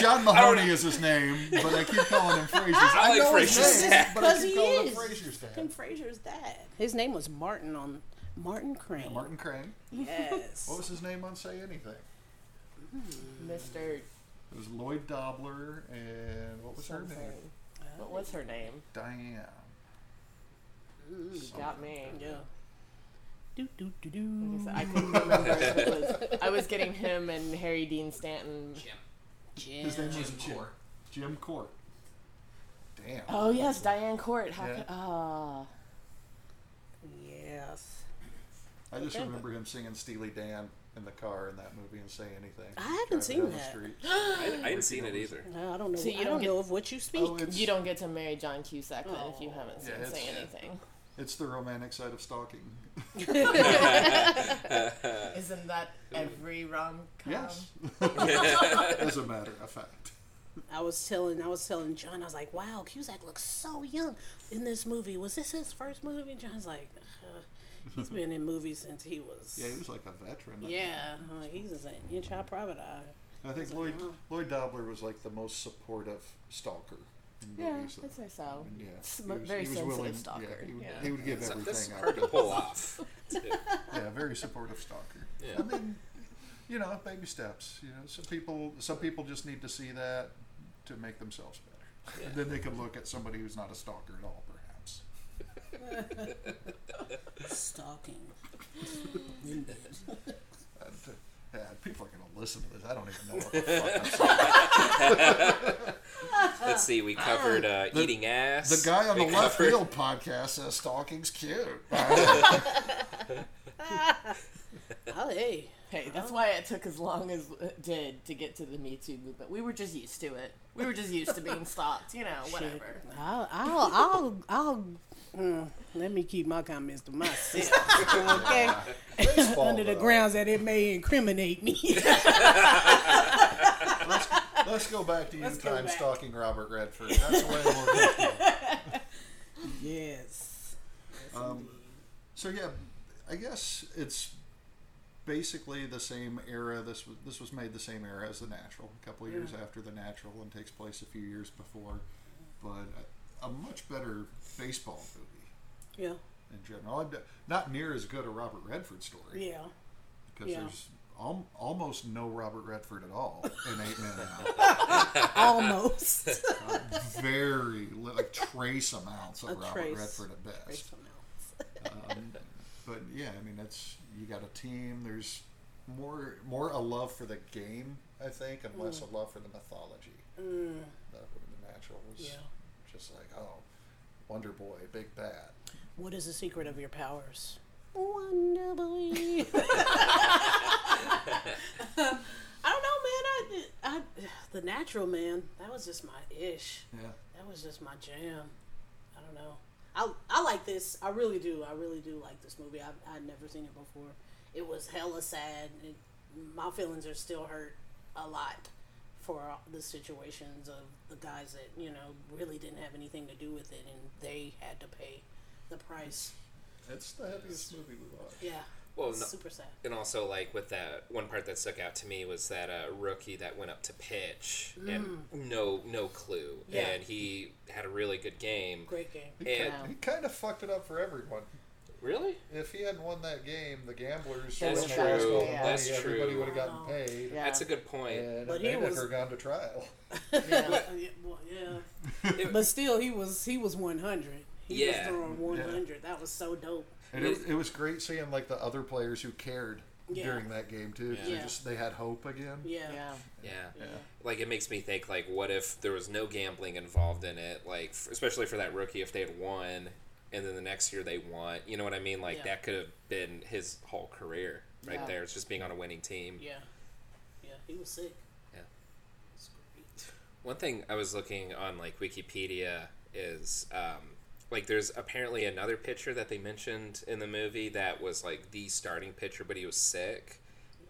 Speaker 4: [laughs]
Speaker 2: John Mahoney is his name, but I keep calling him Fraser's. I,
Speaker 4: like
Speaker 2: know
Speaker 4: Fraser's
Speaker 2: his name,
Speaker 4: dad.
Speaker 2: but I
Speaker 1: 'Cause
Speaker 2: keep
Speaker 1: he
Speaker 2: calling him
Speaker 1: is.
Speaker 2: Fraser's
Speaker 1: Tim
Speaker 2: dad.
Speaker 1: Fraser's dad. His name was Martin on Martin Crane.
Speaker 2: Martin Crane.
Speaker 3: [laughs]
Speaker 1: Yes.
Speaker 2: What was his name on Say Anything?
Speaker 3: Mr.
Speaker 2: It was Lloyd Dobler and what was her name?
Speaker 3: Something. What was her name?
Speaker 2: Diane.
Speaker 3: Ooh, got me.
Speaker 1: [laughs] yeah. Do do do do.
Speaker 3: Like I said, I couldn't remember. if it was, I was getting him and Harry Dean Stanton.
Speaker 2: His
Speaker 1: Jim.
Speaker 2: name was Jim. Jim Court. Damn.
Speaker 3: Oh yes, Diane Court. How
Speaker 2: Yeah.
Speaker 3: could, ah.
Speaker 1: Yes.
Speaker 2: I just remember him singing Steely Dan in the car in that movie and say anything.
Speaker 1: I haven't
Speaker 2: Driving
Speaker 1: seen
Speaker 2: down the
Speaker 1: that.
Speaker 2: street.
Speaker 4: [laughs] I, I hadn't seen it either.
Speaker 1: No, I don't know.
Speaker 3: So you
Speaker 1: I
Speaker 3: don't
Speaker 1: don't
Speaker 3: get-
Speaker 1: know of what you speak.
Speaker 2: Oh, it's,
Speaker 3: you don't get to marry John Cusack then if you haven't seen
Speaker 2: Yeah, it's-
Speaker 3: say
Speaker 2: yeah.
Speaker 3: anything.
Speaker 2: it's the romantic side of stalking.
Speaker 3: Um.
Speaker 5: isn't that every rom com?
Speaker 3: [laughs]
Speaker 2: Yes. As a matter of fact.
Speaker 1: I was telling I was telling John, I was like, Wow, Cusack looks so young in this movie. Was this his first movie? And John's like, He's been in movies since he was.
Speaker 2: Yeah, he was like a veteran.
Speaker 1: Yeah, uh, he's just an inch out private eye.
Speaker 2: I think Lloyd Lloyd Dobler was like the most supportive stalker. In
Speaker 3: Yeah,
Speaker 2: movies.
Speaker 3: I'd say so.
Speaker 2: And, yeah,
Speaker 3: S-
Speaker 2: he
Speaker 3: but very
Speaker 2: he
Speaker 3: sensitive
Speaker 2: willing-
Speaker 3: stalker,
Speaker 2: Yeah, he would,
Speaker 3: yeah.
Speaker 2: he would give
Speaker 4: So this is
Speaker 2: everything up.
Speaker 4: hard to pull off. too.
Speaker 2: yeah, very supportive stalker.
Speaker 4: Yeah.
Speaker 2: I mean, you know, baby steps. You know, some people some people just need to see that to make themselves better, and then they can look at somebody who's not a stalker at all, perhaps.
Speaker 1: Stalking.
Speaker 2: And, uh, yeah, people are going to listen to this. I don't even know what the
Speaker 1: [laughs]
Speaker 2: fuck I'm saying.
Speaker 4: Let's see. We covered uh,
Speaker 2: Ah. The-
Speaker 4: eating ass.
Speaker 2: The guy on
Speaker 4: we
Speaker 2: the left
Speaker 4: covered-
Speaker 2: field podcast says stalking's cute.
Speaker 1: [laughs] Oh, hey.
Speaker 3: Hey, that's why it took as long as it did to get to the Me Too movement. We were just used to it. We were just used to
Speaker 2: [laughs]
Speaker 3: being stalked, you know, whatever.
Speaker 1: I'll, I'll, I'll, I'll. Mm, let me keep my comments to myself. [laughs] okay.
Speaker 2: Oh, Baseball, though.
Speaker 1: Under the grounds that it may incriminate [laughs] me.
Speaker 2: Let's go back to you
Speaker 1: Let's go
Speaker 2: time
Speaker 1: back.
Speaker 2: stalking Robert Redford. That's the way we'll get there.
Speaker 1: yes.
Speaker 2: Um, so yeah, I guess it's basically the same era. This was this was made the same era as The Natural, a couple of years after The Natural, and takes place a few years before, but a, a much better baseball movie
Speaker 1: Yeah.
Speaker 2: in general. I'm d- Not near as good a Robert Redford story
Speaker 1: Yeah.
Speaker 2: because
Speaker 1: yeah.
Speaker 2: there's al- almost no Robert Redford at all in Eight Men Out.
Speaker 1: Almost. [laughs]
Speaker 2: very li- like trace amounts of
Speaker 1: A
Speaker 2: Robert
Speaker 1: trace.
Speaker 2: Redford at best. Um, but yeah, I mean it's you got a team. There's more more a love for the game, I think, and less a love for the mythology. That would have been natural. Was
Speaker 1: Yeah.
Speaker 2: just like oh, Wonder Boy, Big Bat.
Speaker 1: What is the secret of your powers? Wonder Boy. [laughs] I don't know, man. I, I, the natural man. That was just my ish.
Speaker 2: Yeah,
Speaker 1: That was just my jam. I don't know. I I like this. I really do. I really do like this movie. I've I'd never seen it before. It was hella sad. It, my feelings are still hurt a lot for the situations of the guys that you know really didn't have anything to do with it, and they had to pay the price.
Speaker 2: it's the heaviest movie we watched.
Speaker 1: Yeah,
Speaker 4: Well, no-
Speaker 1: super sad.
Speaker 4: and also like with that one part that stuck out to me was that uh, rookie that went up to pitch and no no clue,
Speaker 1: Yeah.
Speaker 4: and he had a really good game.
Speaker 1: Great game.
Speaker 2: He,
Speaker 4: And-
Speaker 2: kind, he kind of fucked it up for everyone.
Speaker 4: Really?
Speaker 2: If he hadn't won that game, the gamblers
Speaker 4: That's
Speaker 2: would've
Speaker 4: true.
Speaker 2: lost all the
Speaker 3: Yeah.
Speaker 2: money,
Speaker 4: That's true.
Speaker 2: Everybody would have gotten
Speaker 1: Wow.
Speaker 2: paid.
Speaker 3: Yeah. [laughs]
Speaker 4: That's a good point.
Speaker 2: And
Speaker 1: But
Speaker 2: they
Speaker 1: he
Speaker 2: never
Speaker 1: was-
Speaker 2: gone to trial.
Speaker 1: Yeah, Oh, yeah, well, yeah.
Speaker 4: [laughs] It-
Speaker 1: but still, he was he was one hundred. He
Speaker 4: Yeah.
Speaker 1: was throwing one hundred. That was so dope.
Speaker 2: And it, it was great seeing like the other players who cared
Speaker 1: Yeah.
Speaker 2: during that game too. 'cause They
Speaker 1: Yeah.
Speaker 2: just they had hope again.
Speaker 1: yeah.
Speaker 3: Yeah.
Speaker 2: [laughs]
Speaker 4: Yeah. Like it makes me think like what if there was no gambling involved in it like f especially for that rookie if they had won and then the next year they won you know what I mean like
Speaker 1: Yeah.
Speaker 4: that could have been his whole career right
Speaker 3: Yeah.
Speaker 4: there it's just being on a winning team
Speaker 1: Yeah. Yeah, he was sick.
Speaker 4: Yeah.
Speaker 1: It's great.
Speaker 4: One thing I was looking on like Wikipedia is um, like there's apparently another pitcher that they mentioned in the movie that was like the starting pitcher, but he was sick.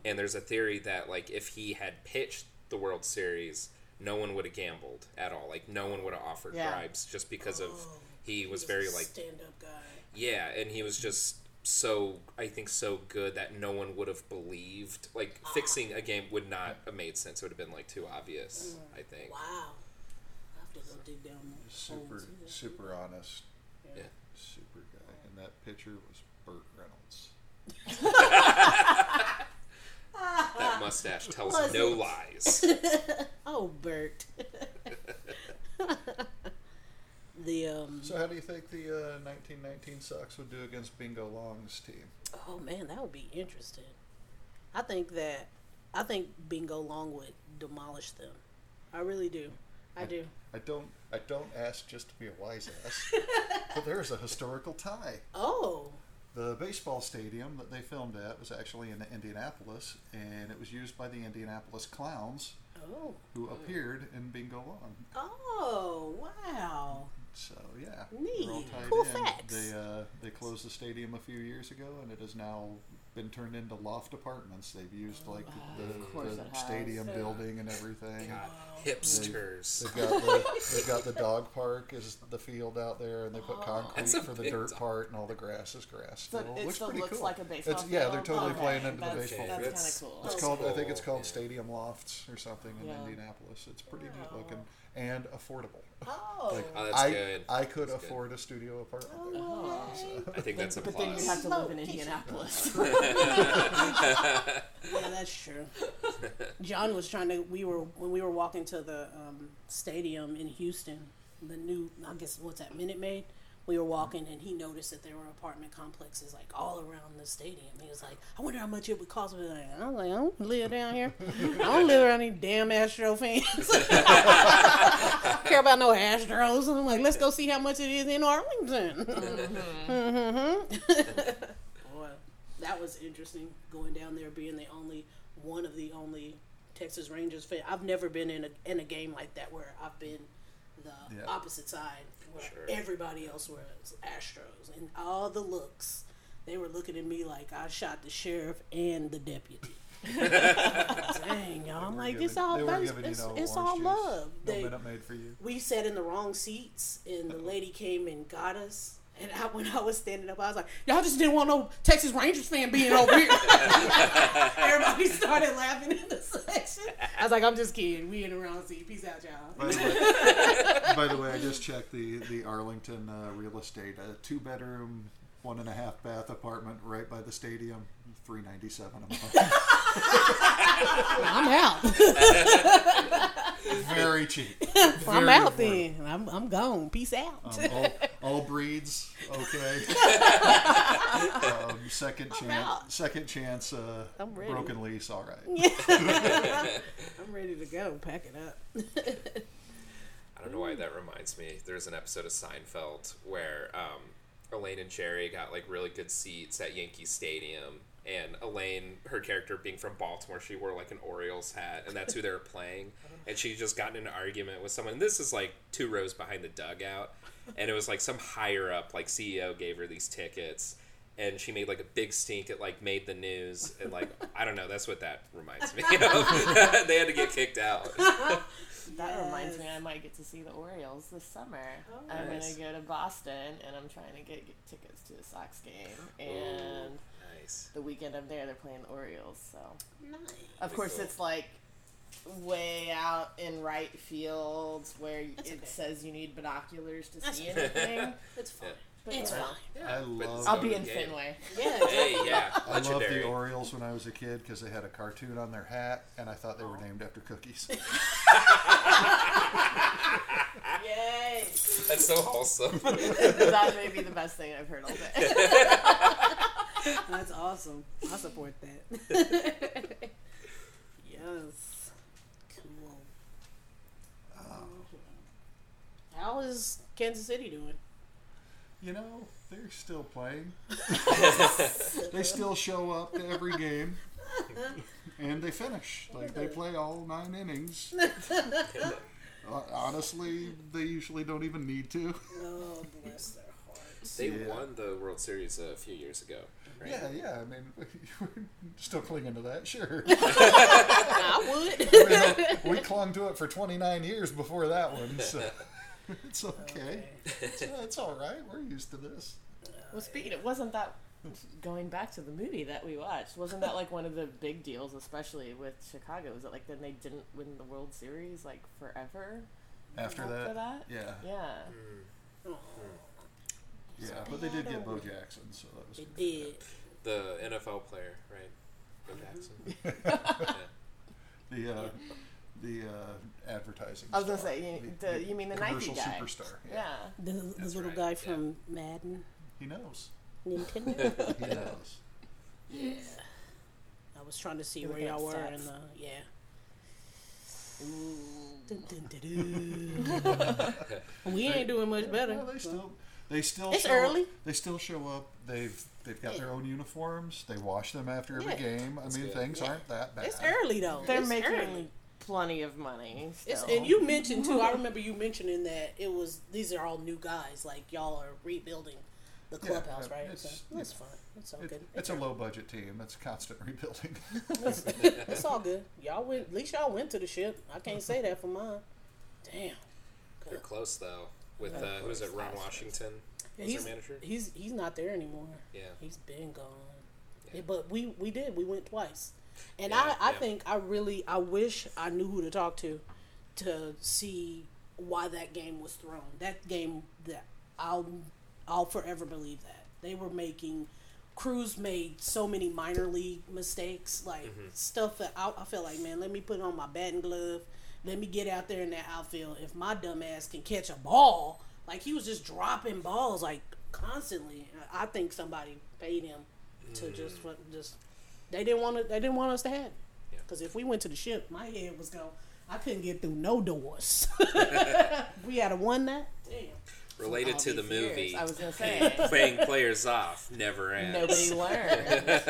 Speaker 4: And there's a theory that like if he had pitched the World Series, no one would have gambled at all. Like no one would have offered
Speaker 3: Yeah.
Speaker 4: bribes just because of
Speaker 1: Oh,
Speaker 4: he was
Speaker 1: Just
Speaker 4: very
Speaker 1: a
Speaker 4: like
Speaker 1: stand-up guy.
Speaker 4: yeah, and he was just so I think so good that no one would have believed. Like
Speaker 1: Ah.
Speaker 4: fixing a game would not have made sense. It would have been like too obvious. I think.
Speaker 1: Mm. Wow. I have to go dig down. that hole
Speaker 2: Super,
Speaker 1: too.
Speaker 2: super honest,
Speaker 4: Yeah.
Speaker 2: super guy. And that pitcher was Burt Reynolds.
Speaker 4: That mustache tells
Speaker 1: Was
Speaker 4: no
Speaker 1: it?
Speaker 4: lies.
Speaker 1: Oh, Bert. [laughs] the um.
Speaker 2: So how do you think the uh, 1919 Sox would do against Bingo Long's team?
Speaker 1: Oh man, that would be interesting. I think that I think Bingo Long would demolish them. I really do. I do.
Speaker 2: I don't, I don't ask just to be a wise
Speaker 1: [laughs]
Speaker 2: ass, but there is a historical tie.
Speaker 1: Oh,
Speaker 2: The baseball stadium that they filmed at was actually in Indianapolis, and it was used by the Indianapolis Clowns,
Speaker 1: oh,
Speaker 2: who appeared in Bingo Long.
Speaker 1: oh! Wow.
Speaker 2: So yeah,
Speaker 1: Neat.
Speaker 2: we're all tied
Speaker 1: Cool
Speaker 2: in.
Speaker 1: facts.
Speaker 2: They uh, they closed the stadium a few years ago, and it is now been turned into loft apartments. They've used like
Speaker 3: Oh, of course
Speaker 2: the,
Speaker 3: it
Speaker 2: the
Speaker 3: has.
Speaker 2: stadium building and everything.
Speaker 4: God, hipsters.
Speaker 2: They've got the they've got the dog park is the field out there, and they
Speaker 3: Oh,
Speaker 2: put concrete
Speaker 4: That's a
Speaker 2: for the
Speaker 4: big
Speaker 2: dirt
Speaker 4: dog.
Speaker 2: part, and all the grass is grass.
Speaker 3: So
Speaker 2: still.
Speaker 3: it
Speaker 2: looks
Speaker 3: still
Speaker 2: pretty
Speaker 3: looks
Speaker 2: cool.
Speaker 3: like a baseball
Speaker 2: It's, yeah, they're
Speaker 3: field?
Speaker 2: totally
Speaker 3: Okay,
Speaker 2: playing into the
Speaker 3: that's-
Speaker 2: baseball.
Speaker 3: that's
Speaker 2: field.
Speaker 3: kinda cool.
Speaker 2: It's
Speaker 4: that's
Speaker 2: called I think
Speaker 4: cool,
Speaker 2: it's called
Speaker 4: yeah.
Speaker 2: Stadium Lofts or something in
Speaker 3: Yeah.
Speaker 2: Indianapolis. It's pretty neat looking and affordable.
Speaker 5: Oh.
Speaker 2: Like,
Speaker 4: Oh, that's
Speaker 2: I
Speaker 4: good.
Speaker 2: I could
Speaker 4: That's good.
Speaker 2: afford a studio apartment. there.
Speaker 1: Oh,
Speaker 4: I think that's a
Speaker 3: But then
Speaker 4: plus.
Speaker 3: you have to live in
Speaker 2: [laughs]
Speaker 3: Indianapolis.
Speaker 1: Yeah, that's true. John was trying to. We were when we were walking to the um, stadium in Houston, the new I guess what's that Minute Maid. We were walking and he noticed that there were apartment complexes like all around the stadium. He was like, "I wonder how much it would cost." me." Like, I was like, "I don't live down here. I don't live around these damn Astro fans. care about no Astros." And I'm like, "Let's go see how much it is in Arlington." Boy, that was interesting going down there being the only one of the only Texas Rangers fan. I've never been in a in a game like that where I've been the
Speaker 2: Yeah.
Speaker 1: opposite side where
Speaker 4: Sure.
Speaker 1: everybody else was Astros and all the looks. They were looking at me like I shot the sheriff and the deputy. Dang, y'all! I'm
Speaker 2: They were
Speaker 1: like,
Speaker 2: giving-
Speaker 1: it's all
Speaker 2: they were
Speaker 1: base-
Speaker 2: giving, you
Speaker 1: it's,
Speaker 2: know,
Speaker 1: it's
Speaker 2: orange
Speaker 1: all
Speaker 2: juice.
Speaker 1: love.
Speaker 2: No
Speaker 1: They-
Speaker 2: minute made for
Speaker 1: [laughs]
Speaker 2: you.
Speaker 1: we sat in the wrong seats and the lady came and got us and I, when I was standing up, I was like, "Y'all just didn't want no Texas Rangers fan being over here." Everybody started laughing in the section. I was like, "I'm just kidding. We in the wrong seat. Peace out, y'all."
Speaker 2: By the, way, by the way, I just checked the the Arlington uh, real estate, a two bedroom, one and a half bath apartment right by the stadium, three ninety seven a
Speaker 1: [laughs]
Speaker 2: month.
Speaker 1: I'm out.
Speaker 2: Very
Speaker 1: [laughs]
Speaker 2: cheap.
Speaker 1: I'm
Speaker 2: Very
Speaker 1: out
Speaker 2: affordable.
Speaker 1: then. I'm, I'm gone. Peace out.
Speaker 2: Um, all, all breeds,
Speaker 1: [laughs]
Speaker 2: okay. um, second
Speaker 1: out.
Speaker 2: chance, second chance, uh,
Speaker 1: I'm ready.
Speaker 2: broken lease, all right.
Speaker 1: I'm ready to go. Pack it up.
Speaker 4: I don't know why that reminds me. There's an episode of Seinfeld where um, Elaine and Jerry got like really good seats at Yankee Stadium, and Elaine, her character being from Baltimore, she wore like an Orioles hat, and that's who they were playing. And she just got in an argument with someone. And this is like two rows behind the dugout, and it was like some higher up, like CEO, gave her these tickets. And she made like a big stink. It like made the news, and like I don't know. That's what that reminds me of. [laughs] they had to get kicked out.
Speaker 3: That reminds
Speaker 1: Yes. Oh,
Speaker 3: me, I might get to see the Orioles this summer. I'm
Speaker 4: Nice.
Speaker 3: gonna go to Boston, and I'm trying to get, get tickets to the Sox game. And
Speaker 4: Nice.
Speaker 3: the weekend I'm there, they're playing the Orioles. So,
Speaker 1: Nice.
Speaker 3: of course,
Speaker 4: cool.
Speaker 3: it's like way out in right field where it
Speaker 1: okay.
Speaker 3: says you need binoculars to see anything.
Speaker 1: It's fine.
Speaker 3: But
Speaker 1: It's
Speaker 3: yeah.
Speaker 1: fine.
Speaker 2: I
Speaker 4: but
Speaker 2: love.
Speaker 4: it's
Speaker 3: I'll be
Speaker 4: Go
Speaker 3: in
Speaker 4: to the game.
Speaker 3: Fenway. [laughs]
Speaker 1: Yeah.
Speaker 4: Hey, yeah,
Speaker 2: I loved the
Speaker 4: legendary.
Speaker 2: Orioles when I was a kid because they had a cartoon on their hat, and I thought they were named after cookies. [laughs]
Speaker 1: Yes.
Speaker 4: That's so
Speaker 2: [laughs]
Speaker 4: wholesome.
Speaker 3: that may be the best thing I've heard all day.
Speaker 1: That's awesome. I support that. [laughs] yes. Cool. How is Kansas City doing?
Speaker 2: You know, they're still playing. they still show up to every game. And they finish. Like they play all nine innings. Uh, Honestly, they usually don't even need to.
Speaker 1: Oh, bless their hearts.
Speaker 4: They
Speaker 2: Yeah.
Speaker 4: won the World Series a few years ago. Right?
Speaker 2: Yeah, yeah. I mean, [laughs] we're still clinging to that,
Speaker 3: [laughs]
Speaker 2: sure.
Speaker 1: I would.
Speaker 2: You know, we clung to it for 29 years before that one, so [laughs] it's okay. It's, uh, it's all right. We're used to this.
Speaker 3: Well, speaking of, wasn't that going back to the movie that we watched? Wasn't that like one of the big deals, especially with Chicago? Is it like then they didn't win the World Series like forever?
Speaker 2: After
Speaker 3: After
Speaker 2: that,
Speaker 3: that?
Speaker 2: yeah,
Speaker 3: Yeah,
Speaker 2: yeah. But they did get Bo Jackson, so that was
Speaker 1: They
Speaker 2: good.
Speaker 1: did.
Speaker 4: The NFL player, right? Bo Jackson.
Speaker 2: the uh, the uh, advertising.
Speaker 3: I was gonna
Speaker 2: star.
Speaker 3: say, you- the- you mean the Nike
Speaker 2: commercial
Speaker 3: guy.
Speaker 2: superstar? Yeah.
Speaker 3: yeah.
Speaker 1: The, the little
Speaker 4: right,
Speaker 1: guy
Speaker 4: yeah.
Speaker 1: from Madden,
Speaker 2: he
Speaker 3: [laughs]
Speaker 2: knows.
Speaker 1: Nintendo.
Speaker 2: He knows.
Speaker 1: yeah. I was trying to see
Speaker 3: You're
Speaker 1: where
Speaker 3: looking
Speaker 1: y'all were
Speaker 3: at
Speaker 1: in
Speaker 3: stats.
Speaker 1: the yeah.
Speaker 3: Ooh.
Speaker 1: Dun, dun, dun, dun. we ain't doing much better.
Speaker 2: Well, they still. They still
Speaker 1: It's
Speaker 2: show
Speaker 1: early.
Speaker 2: Up, they still show up. They've they've got their own uniforms. They wash them after every
Speaker 1: Yeah.
Speaker 2: game. I mean,
Speaker 4: good.
Speaker 2: things aren't that bad.
Speaker 1: It's early though.
Speaker 3: They're
Speaker 1: It's
Speaker 3: making
Speaker 1: early.
Speaker 3: plenty of money.
Speaker 1: It's,
Speaker 3: still.
Speaker 1: and you mentioned too. I remember you mentioning that it was these are all new guys. Like y'all are rebuilding the the clubhouse,
Speaker 2: yeah,
Speaker 1: right?
Speaker 2: it's-
Speaker 1: so that's fine. It's all
Speaker 2: It-
Speaker 1: good.
Speaker 2: it's a low budget team. It's constant [laughs] rebuilding.
Speaker 1: It's all good. Y'all went. At least y'all went to the ship. I can't say that for mine. Damn.
Speaker 4: They're close though. With uh, who is it? Ron Washington was
Speaker 1: He's,
Speaker 4: their manager.
Speaker 1: he's he's not there anymore.
Speaker 4: Yeah.
Speaker 1: He's been gone.
Speaker 4: Yeah.
Speaker 1: But we we did. We went twice, and
Speaker 4: Yeah,
Speaker 1: I I
Speaker 4: yeah.
Speaker 1: think I really I wish I knew who to talk to, to see why that game was thrown. That game that I'll I'll forever believe that they were making. Cruz made so many minor league mistakes, like
Speaker 4: Mm-hmm.
Speaker 1: stuff that I, I felt like, man, let me put on my batting glove. Let me get out there in that outfield. If my dumb ass can catch a ball, like he was just dropping balls like constantly. I I think somebody paid him to
Speaker 4: Mm.
Speaker 1: just fu- just they didn't want to they didn't want us to have
Speaker 4: Yeah.
Speaker 1: because if we went to the ship, my head was going. I couldn't get through no
Speaker 2: [laughs]
Speaker 1: doors. we had a one that. Damn.
Speaker 4: Related
Speaker 3: All
Speaker 4: to the
Speaker 3: these years.
Speaker 4: movie.
Speaker 3: I
Speaker 4: [laughs]
Speaker 3: was gonna say
Speaker 4: Paying players off never ends. [laughs]
Speaker 3: nobody [laughs] learned.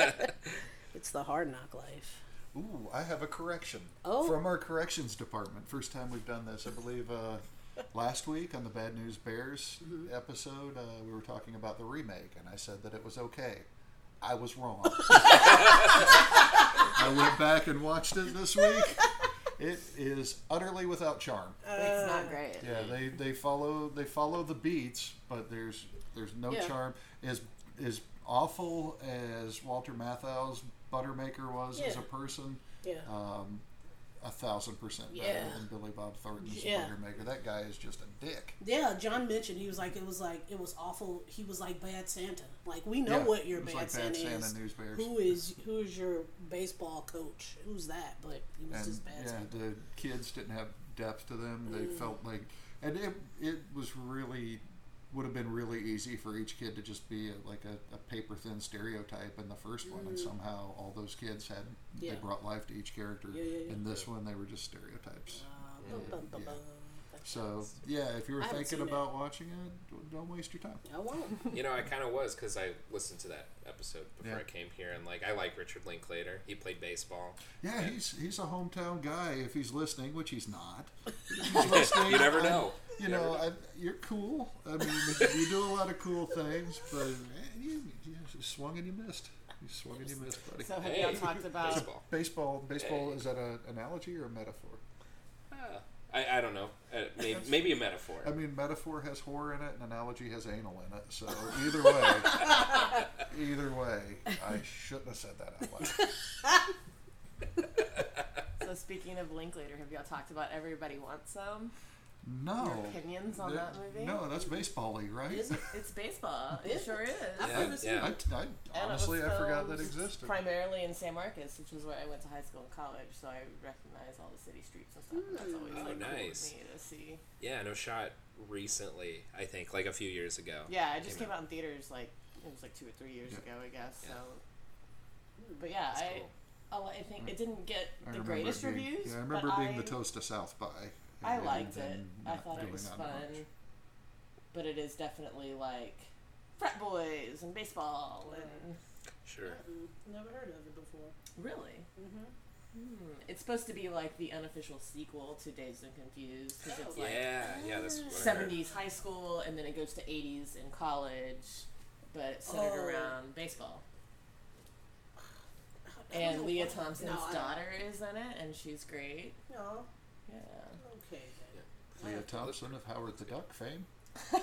Speaker 1: It's the hard knock life.
Speaker 2: Ooh, I have a correction
Speaker 1: Oh.
Speaker 2: from our corrections department. First time we've done this, I believe. Uh, last week on the Bad News Bears
Speaker 1: Mm-hmm.
Speaker 2: episode, uh, we were talking about the remake, and I said that it was okay. I was
Speaker 1: [laughs]
Speaker 2: wrong. I went back and watched it this week. It is utterly without charm.
Speaker 1: Uh,
Speaker 5: it's not great.
Speaker 2: Yeah, they, they follow they follow the beats, but there's there's no
Speaker 3: Yeah.
Speaker 2: charm. As as awful as Walter Matthau's Buttermaker was as
Speaker 1: Yeah.
Speaker 2: a person,
Speaker 1: Yeah.
Speaker 2: um, a thousand percent better
Speaker 1: Yeah.
Speaker 2: than Billy Bob Thornton's
Speaker 1: Yeah.
Speaker 2: Buttermaker. That guy is just a dick.
Speaker 1: Yeah, John mentioned he was like it was like it was awful. He was like bad Santa. Like we know
Speaker 2: Yeah,
Speaker 1: what your
Speaker 2: it was
Speaker 1: bad,
Speaker 2: like
Speaker 1: Santa,
Speaker 2: Bad
Speaker 1: is.
Speaker 2: Santa News Bears.
Speaker 1: Who is who is your baseball coach? Who's that? But he was
Speaker 2: and
Speaker 1: just bad Mm.
Speaker 2: yeah,
Speaker 1: Santa.
Speaker 2: the kids didn't have depth to them. They felt like, and it it was really would have been really easy for each kid to just be a, like a, a paper thin stereotype in the first one, and somehow all those kids had
Speaker 1: Mm. Yeah.
Speaker 2: they brought life to each character.
Speaker 1: Yeah, yeah, yeah.
Speaker 2: In this one, they were just stereotypes.
Speaker 1: Uh, bum, bum, bum,
Speaker 2: yeah.
Speaker 1: bum.
Speaker 2: So yeah, if you were
Speaker 1: I haven't
Speaker 2: thinking
Speaker 1: seen it.
Speaker 2: about watching it, don't- don't waste your time.
Speaker 1: I won't.
Speaker 4: you know, I kind of was because I listened to that episode before
Speaker 2: Yeah.
Speaker 4: I came here, and like I like Richard Linklater. He played baseball.
Speaker 2: Yeah, he's he's a hometown guy if he's listening, which he's
Speaker 4: [laughs]
Speaker 2: not. If he's listening,
Speaker 4: You never
Speaker 2: I-
Speaker 4: know.
Speaker 2: you know, I, you're cool. I mean, you do a lot of cool things, but man, you, you swung and you missed. You swung and you missed, buddy.
Speaker 5: So have
Speaker 4: Hey,
Speaker 5: y'all talked about
Speaker 4: [laughs] baseball.
Speaker 2: baseball, baseball
Speaker 4: Hey.
Speaker 2: is that an analogy or a metaphor?
Speaker 4: Ah, I, I don't know. Uh, maybe, maybe a metaphor.
Speaker 2: I mean, metaphor has horror in it, and analogy has anal in it. So either way,
Speaker 4: [laughs]
Speaker 2: either way, I shouldn't have said that out loud.
Speaker 5: so speaking of Linklater, have y'all talked about Everybody Wants Some?
Speaker 2: No.
Speaker 5: Your opinions on
Speaker 2: That-
Speaker 5: that movie?
Speaker 2: Oh. No, that's baseball-y, right?
Speaker 1: Is it?
Speaker 5: It's baseball.
Speaker 1: Is
Speaker 5: It
Speaker 1: it?
Speaker 5: sure is.
Speaker 1: I've
Speaker 4: Yeah,
Speaker 1: never seen
Speaker 4: yeah.
Speaker 2: I, I,
Speaker 5: And it was
Speaker 2: honestly, I forgot that
Speaker 5: filmed
Speaker 2: existed.
Speaker 5: Primarily in San Marcos, which is where I went to high school and college, so I recognize all the city streets and stuff. And that's always
Speaker 2: Hmm.
Speaker 4: Oh,
Speaker 5: like
Speaker 4: nice.
Speaker 5: cool with me to see.
Speaker 4: Yeah, no shot recently, I think, like a few years ago.
Speaker 5: Yeah, it just came out in theaters like it was like two or three years
Speaker 2: Yeah.
Speaker 5: ago, I guess.
Speaker 4: Yeah.
Speaker 5: So, but yeah,
Speaker 4: That's
Speaker 5: I
Speaker 4: cool.
Speaker 5: oh, I think it didn't get
Speaker 2: Mm.
Speaker 5: the
Speaker 2: I remember it
Speaker 5: greatest
Speaker 2: being-
Speaker 5: reviews.
Speaker 2: Yeah, I remember
Speaker 5: but
Speaker 2: being the
Speaker 5: I-
Speaker 2: toast of South by.
Speaker 5: I
Speaker 2: and
Speaker 5: liked it.
Speaker 2: then
Speaker 5: I
Speaker 2: not
Speaker 5: thought it
Speaker 2: going
Speaker 5: was
Speaker 2: on
Speaker 5: fun,
Speaker 2: much.
Speaker 5: but it is definitely like frat boys and baseball and
Speaker 4: Sure.
Speaker 1: Mm-mm. Never heard of it before.
Speaker 5: really.
Speaker 1: hmm
Speaker 5: Hmm. It's supposed to be like the unofficial sequel to Dazed and Confused because it's like "Ah,
Speaker 4: Yeah, yeah, that's what I heard.
Speaker 5: seventies high school, and then it goes to eighties in college, but it's centered
Speaker 1: Oh.
Speaker 5: around baseball.
Speaker 1: I don't
Speaker 5: And
Speaker 1: know
Speaker 5: Leah
Speaker 1: why-
Speaker 5: Thompson's
Speaker 1: No, I-
Speaker 5: daughter is in it, and she's great.
Speaker 1: No.
Speaker 5: Yeah,
Speaker 1: Okay. then.
Speaker 2: Leah Thompson of Howard the Duck fame.
Speaker 1: Oh,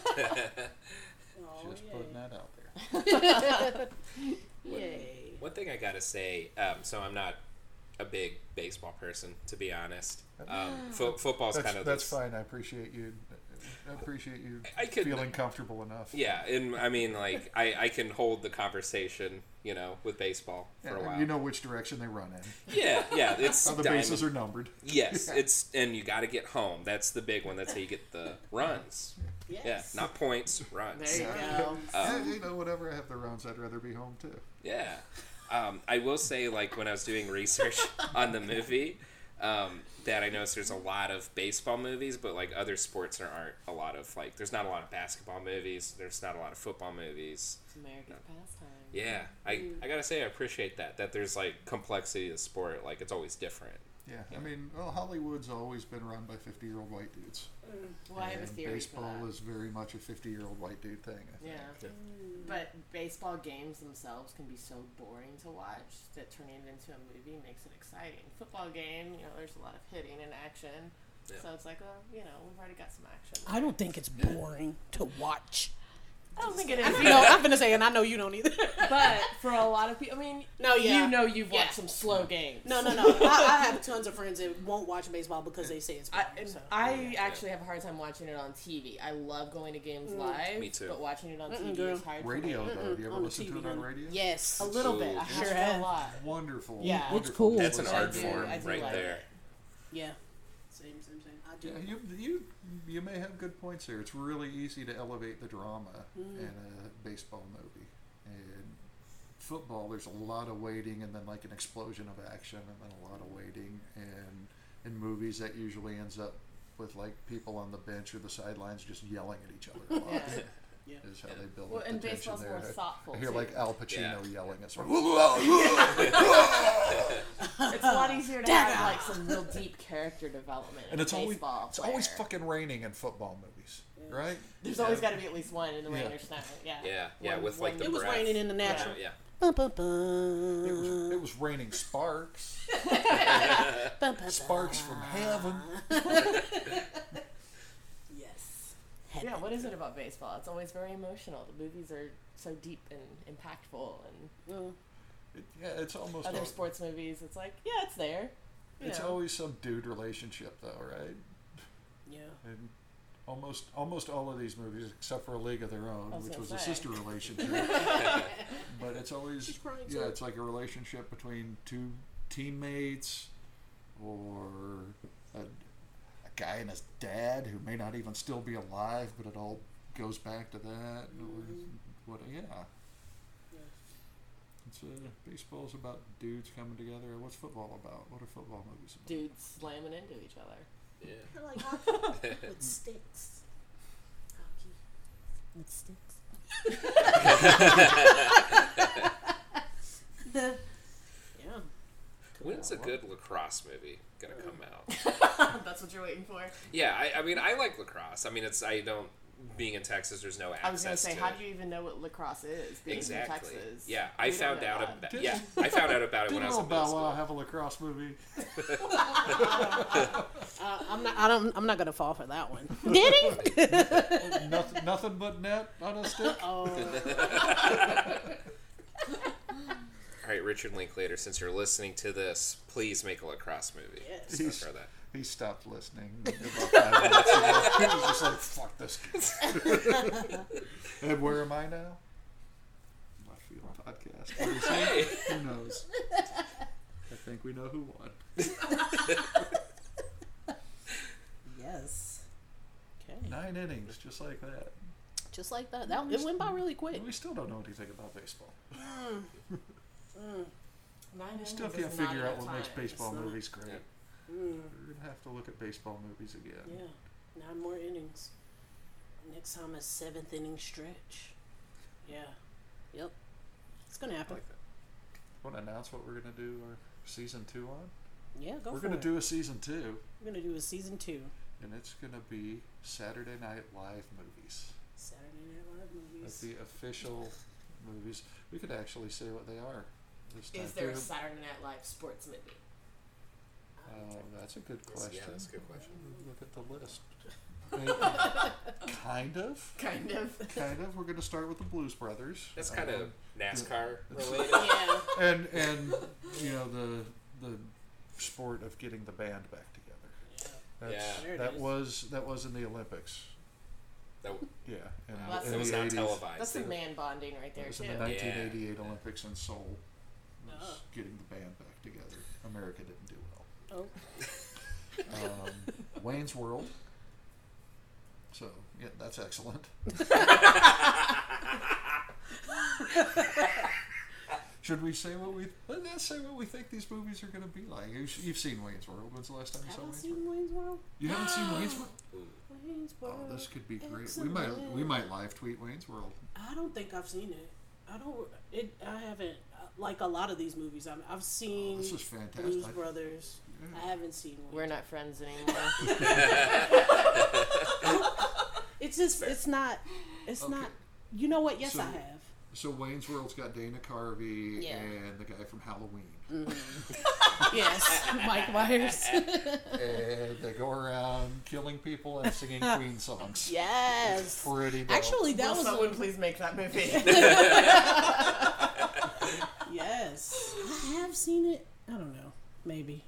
Speaker 2: Just
Speaker 1: yay.
Speaker 2: putting that out there.
Speaker 1: Yay.
Speaker 4: One thing I gotta say, um, so I'm not a big baseball person, to be honest.
Speaker 5: [gasps]
Speaker 4: Um, fo- football's
Speaker 2: That's,
Speaker 4: kind of
Speaker 2: that's
Speaker 4: this-
Speaker 2: fine. I appreciate you. I appreciate you
Speaker 4: I could-
Speaker 2: feeling comfortable enough.
Speaker 4: Yeah, and I mean, like, I, I can hold the conversation, you know, with baseball for a
Speaker 2: And
Speaker 4: while.
Speaker 2: You know which direction they run in.
Speaker 4: yeah,
Speaker 2: [laughs]
Speaker 4: yeah, it's
Speaker 2: How the
Speaker 4: diamond-
Speaker 2: bases are numbered.
Speaker 4: Yes, it's and you got to get home. That's the big one. That's how you
Speaker 5: [laughs]
Speaker 4: get the runs.
Speaker 1: Yes.
Speaker 4: Yeah, not points, runs.
Speaker 5: there
Speaker 2: Yeah.
Speaker 5: you go.
Speaker 2: [laughs] Yeah,
Speaker 4: Um,
Speaker 2: you know, whenever I have the rounds, I'd rather be home too.
Speaker 4: Yeah. Um, I will say, like, when I was
Speaker 3: [laughs]
Speaker 4: doing research on the movie, um, that I noticed there's a lot of baseball movies, but, like, other sports there aren't a lot of, like, there's not a lot of basketball movies, there's not a lot of football movies.
Speaker 5: It's America's pastime.
Speaker 4: Yeah. I,
Speaker 3: Mm.
Speaker 4: I gotta say, I appreciate that, that there's, like, complexity to sport. Like, it's always different.
Speaker 2: Yeah, I mean, well, Hollywood's always been run by fifty-year-old white dudes.
Speaker 5: Well, I have a
Speaker 2: And
Speaker 5: theory for
Speaker 2: baseball
Speaker 5: that.
Speaker 2: is very much a fifty-year-old white dude thing. I think.
Speaker 5: Yeah.
Speaker 4: Yeah.
Speaker 1: Hmm.
Speaker 5: But
Speaker 3: But baseball games themselves can be so boring to watch that turning it into a movie makes it exciting. Football game, you know, there's a lot of hitting and action.
Speaker 4: Yeah.
Speaker 3: So it's like, well, you know, we've already got some action.
Speaker 1: I don't think it's boring to watch.
Speaker 3: I don't think it
Speaker 1: I
Speaker 3: is.
Speaker 1: know, I'm gonna say, and I know you don't either.
Speaker 3: but for a lot of people, I mean,
Speaker 1: [laughs] No, yeah.
Speaker 3: you know, you've
Speaker 1: Yeah.
Speaker 3: watched some slow games.
Speaker 1: No, no, no. I, I have tons of friends that won't watch baseball because they say it's
Speaker 3: I,
Speaker 1: boring.
Speaker 3: and
Speaker 1: so.
Speaker 3: I actually have a hard time watching it on TV. I love going to games live,
Speaker 4: Me too.
Speaker 3: but watching it on TV
Speaker 1: girl.
Speaker 3: is hard. for me.
Speaker 2: Radio, though. Do you ever
Speaker 1: on the
Speaker 2: listen to it
Speaker 1: TV
Speaker 2: on
Speaker 1: then.
Speaker 2: radio?
Speaker 1: yes,
Speaker 3: a little
Speaker 4: Ooh.
Speaker 3: bit. I
Speaker 1: Sure
Speaker 3: sure
Speaker 1: has.
Speaker 3: a lot.
Speaker 2: Wonderful.
Speaker 3: Yeah. It's
Speaker 2: wonderful
Speaker 1: cool.
Speaker 4: That's an
Speaker 2: discipline.
Speaker 3: I
Speaker 4: art
Speaker 3: do-
Speaker 4: form
Speaker 3: I do
Speaker 4: right
Speaker 3: like
Speaker 4: there.
Speaker 1: yeah. Same, same, same. I do.
Speaker 2: Yeah, you, you you may have good points here. It's really easy to elevate the drama in a baseball movie. And football, there's a lot of waiting and then like an explosion of action and then a lot of waiting. And in movies, that usually ends up with like people on the bench or the sidelines just yelling at each other a lot.
Speaker 1: Yeah.
Speaker 2: Is how they build
Speaker 3: Well,
Speaker 2: up the
Speaker 3: and
Speaker 2: tension
Speaker 3: baseball's
Speaker 2: there.
Speaker 3: more thoughtful.
Speaker 2: I hear
Speaker 3: too.
Speaker 2: like Al Pacino
Speaker 4: Yeah.
Speaker 2: yelling at someone,
Speaker 3: it's [laughs] a lot easier to
Speaker 1: Dagger.
Speaker 3: have like some real deep character development.
Speaker 2: and
Speaker 3: in
Speaker 2: it's
Speaker 3: a
Speaker 2: always
Speaker 3: baseball
Speaker 2: [laughs] it's always
Speaker 3: player.
Speaker 2: fucking raining in football movies, right?
Speaker 3: There's always got to be at least one in the rain
Speaker 2: Yeah.
Speaker 3: or snow. Yeah.
Speaker 4: Yeah, yeah,
Speaker 3: One-
Speaker 4: with like the
Speaker 1: It was
Speaker 4: breath.
Speaker 1: raining in the
Speaker 4: Yeah,
Speaker 1: natural.
Speaker 4: yeah.
Speaker 1: Bum, bum, bum.
Speaker 2: It was, it was raining sparks.
Speaker 1: [laughs] Bum, bum, bum.
Speaker 2: sparks from heaven.
Speaker 1: Yes.
Speaker 3: Yeah, what is it about baseball? It's always very emotional. The movies are so deep and impactful, and
Speaker 2: It, yeah, it's almost
Speaker 3: other
Speaker 2: al-
Speaker 3: sports movies, it's like, yeah, it's there. you
Speaker 2: it's
Speaker 3: know.
Speaker 2: always some dude relationship though, right?
Speaker 1: Yeah.
Speaker 2: And almost almost all of these movies, except for A League of Their Own,
Speaker 3: I was
Speaker 2: which
Speaker 3: gonna
Speaker 2: was a
Speaker 3: say.
Speaker 2: sister relationship.
Speaker 3: [laughs]
Speaker 2: [laughs] but it's always
Speaker 1: She's crying,
Speaker 2: yeah,
Speaker 1: too.
Speaker 2: it's like a relationship between two teammates or a, a guy and his dad who may not even still be alive, but it all goes back to that. Or what? Yeah. It's uh, baseball's about dudes coming together. What's football about? What are football movies about?
Speaker 3: Dudes slamming into each other.
Speaker 4: yeah.
Speaker 1: I like hockey with sticks. Hockey with sticks. yeah.
Speaker 4: When's a good lacrosse movie gonna come
Speaker 3: Mm.
Speaker 4: out?
Speaker 3: [laughs] That's what you're waiting for.
Speaker 4: Yeah, I, I mean, I like lacrosse. I mean, it's I don't being in Texas, there's no access.
Speaker 3: I was gonna say,
Speaker 4: to
Speaker 3: how
Speaker 4: it.
Speaker 3: do you even know what lacrosse is? Being
Speaker 4: exactly?
Speaker 3: From Texas,
Speaker 4: Yeah, I
Speaker 3: We don't
Speaker 4: found
Speaker 3: know
Speaker 4: out
Speaker 3: that.
Speaker 4: about. Yeah, I found out about
Speaker 2: [laughs]
Speaker 4: it
Speaker 2: Did
Speaker 4: when I was
Speaker 2: Little
Speaker 4: in middle
Speaker 2: Bow Wow
Speaker 4: school.
Speaker 2: have a lacrosse movie?
Speaker 1: Uh, I'm not. I don't. I'm not gonna fall for that one. Did he?
Speaker 2: nothing, nothing but net on a stick.
Speaker 1: oh,
Speaker 4: All right, Richard Linklater, since you're listening to this, please make a lacrosse movie.
Speaker 1: Yes.
Speaker 4: So throw that.
Speaker 2: He stopped listening. about five minutes ago. He was just like, "Fuck this." [laughs] kid." and where am I now? Left Field Podcast. What do you say? Who knows? I think we know who won.
Speaker 1: yes. Okay.
Speaker 2: Nine innings, just like that.
Speaker 1: Just like that. That it went by really quick.
Speaker 2: We still don't know anything about baseball.
Speaker 3: Nine
Speaker 2: We still
Speaker 3: innings is
Speaker 2: can't
Speaker 3: not
Speaker 2: figure out
Speaker 3: enough
Speaker 2: what makes
Speaker 3: time.
Speaker 2: baseball
Speaker 1: It's not-
Speaker 2: movies great.
Speaker 4: Yeah.
Speaker 2: We're gonna have to look at baseball movies again.
Speaker 1: Hmm. Yeah. Nine more innings. Next time is seventh inning stretch. Yeah. Yep. It's gonna
Speaker 2: I
Speaker 1: happen.
Speaker 2: like that. Want to announce what we're gonna do our season two on?
Speaker 1: Yeah. Go
Speaker 2: we're
Speaker 1: for
Speaker 2: gonna
Speaker 1: it.
Speaker 2: do a season two.
Speaker 1: We're gonna do a season two.
Speaker 2: and it's gonna be Saturday Night Live movies.
Speaker 1: Saturday Night Live
Speaker 2: Like
Speaker 1: movies.
Speaker 2: the official movies. We could actually say what they are. This time
Speaker 3: Is there a
Speaker 2: through.
Speaker 3: Saturday Night Live sports movie?
Speaker 2: Uh,
Speaker 3: Um,
Speaker 2: that's a good
Speaker 4: That's-
Speaker 2: question.
Speaker 4: yeah, that's a good question.
Speaker 2: Look at the
Speaker 3: [laughs]
Speaker 2: list. Maybe- kind of,
Speaker 3: Kind [laughs] of.
Speaker 2: kind of. We're gonna start with the Blues Brothers.
Speaker 4: That's kind of
Speaker 2: Um,
Speaker 4: NASCAR
Speaker 2: [laughs]
Speaker 4: related.
Speaker 3: yeah.
Speaker 2: and and you know the the sport of getting the band back together. That's-
Speaker 4: Yeah.
Speaker 1: There it
Speaker 2: that
Speaker 1: is.
Speaker 2: was that was in the Olympics.
Speaker 4: That,
Speaker 2: Yeah, in,
Speaker 3: Well, that's
Speaker 2: in
Speaker 4: that
Speaker 3: the
Speaker 4: was
Speaker 2: the
Speaker 4: not
Speaker 2: 80s.
Speaker 4: televised.
Speaker 3: That's some man bonding right there
Speaker 2: It was
Speaker 3: too.
Speaker 2: in the
Speaker 4: Yeah.
Speaker 2: 1988 Olympics in Seoul. It was
Speaker 1: Oh.
Speaker 2: getting the band back together. America didn't do
Speaker 1: Oh.
Speaker 2: well. Um,
Speaker 1: [laughs]
Speaker 2: Wayne's World. So yeah, that's
Speaker 1: [laughs]
Speaker 2: excellent. Should we say what we? Let's say what we think these movies are going to be like. You- You've seen Wayne's World. When's the last time you
Speaker 1: Have
Speaker 2: saw
Speaker 1: I
Speaker 2: Wayne's World?
Speaker 1: seen Wayne's World?
Speaker 2: You haven't seen Wayne's World?
Speaker 1: Wayne's World.
Speaker 2: Oh, this could be great. We might we
Speaker 1: excellent.
Speaker 2: might live tweet Wayne's World.
Speaker 1: I don't think I've seen it. I don't. It. I haven't. Like a lot of these movies, I'm, I've seen
Speaker 2: Oh, This is fantastic.
Speaker 1: Blues
Speaker 2: I-
Speaker 1: Brothers.
Speaker 2: yeah.
Speaker 1: I haven't seen one.
Speaker 3: We're not friends [laughs] anymore.
Speaker 1: It's just. It's not. It's
Speaker 2: Okay.
Speaker 1: not. You know what? Yes,
Speaker 2: So-
Speaker 1: I have.
Speaker 2: So Wayne's World's got Dana Carvey
Speaker 1: Yeah.
Speaker 2: and the guy from Halloween,
Speaker 3: [laughs]
Speaker 1: yes, Mike Myers.
Speaker 2: and Eh, they go around killing people and
Speaker 5: [laughs]
Speaker 2: singing Queen songs.
Speaker 1: yes.
Speaker 2: Pretty. Dope.
Speaker 1: Actually, that
Speaker 5: Will
Speaker 1: was
Speaker 5: someone
Speaker 1: a,
Speaker 5: please make that movie?
Speaker 1: yes. I have seen it. I don't know. Maybe.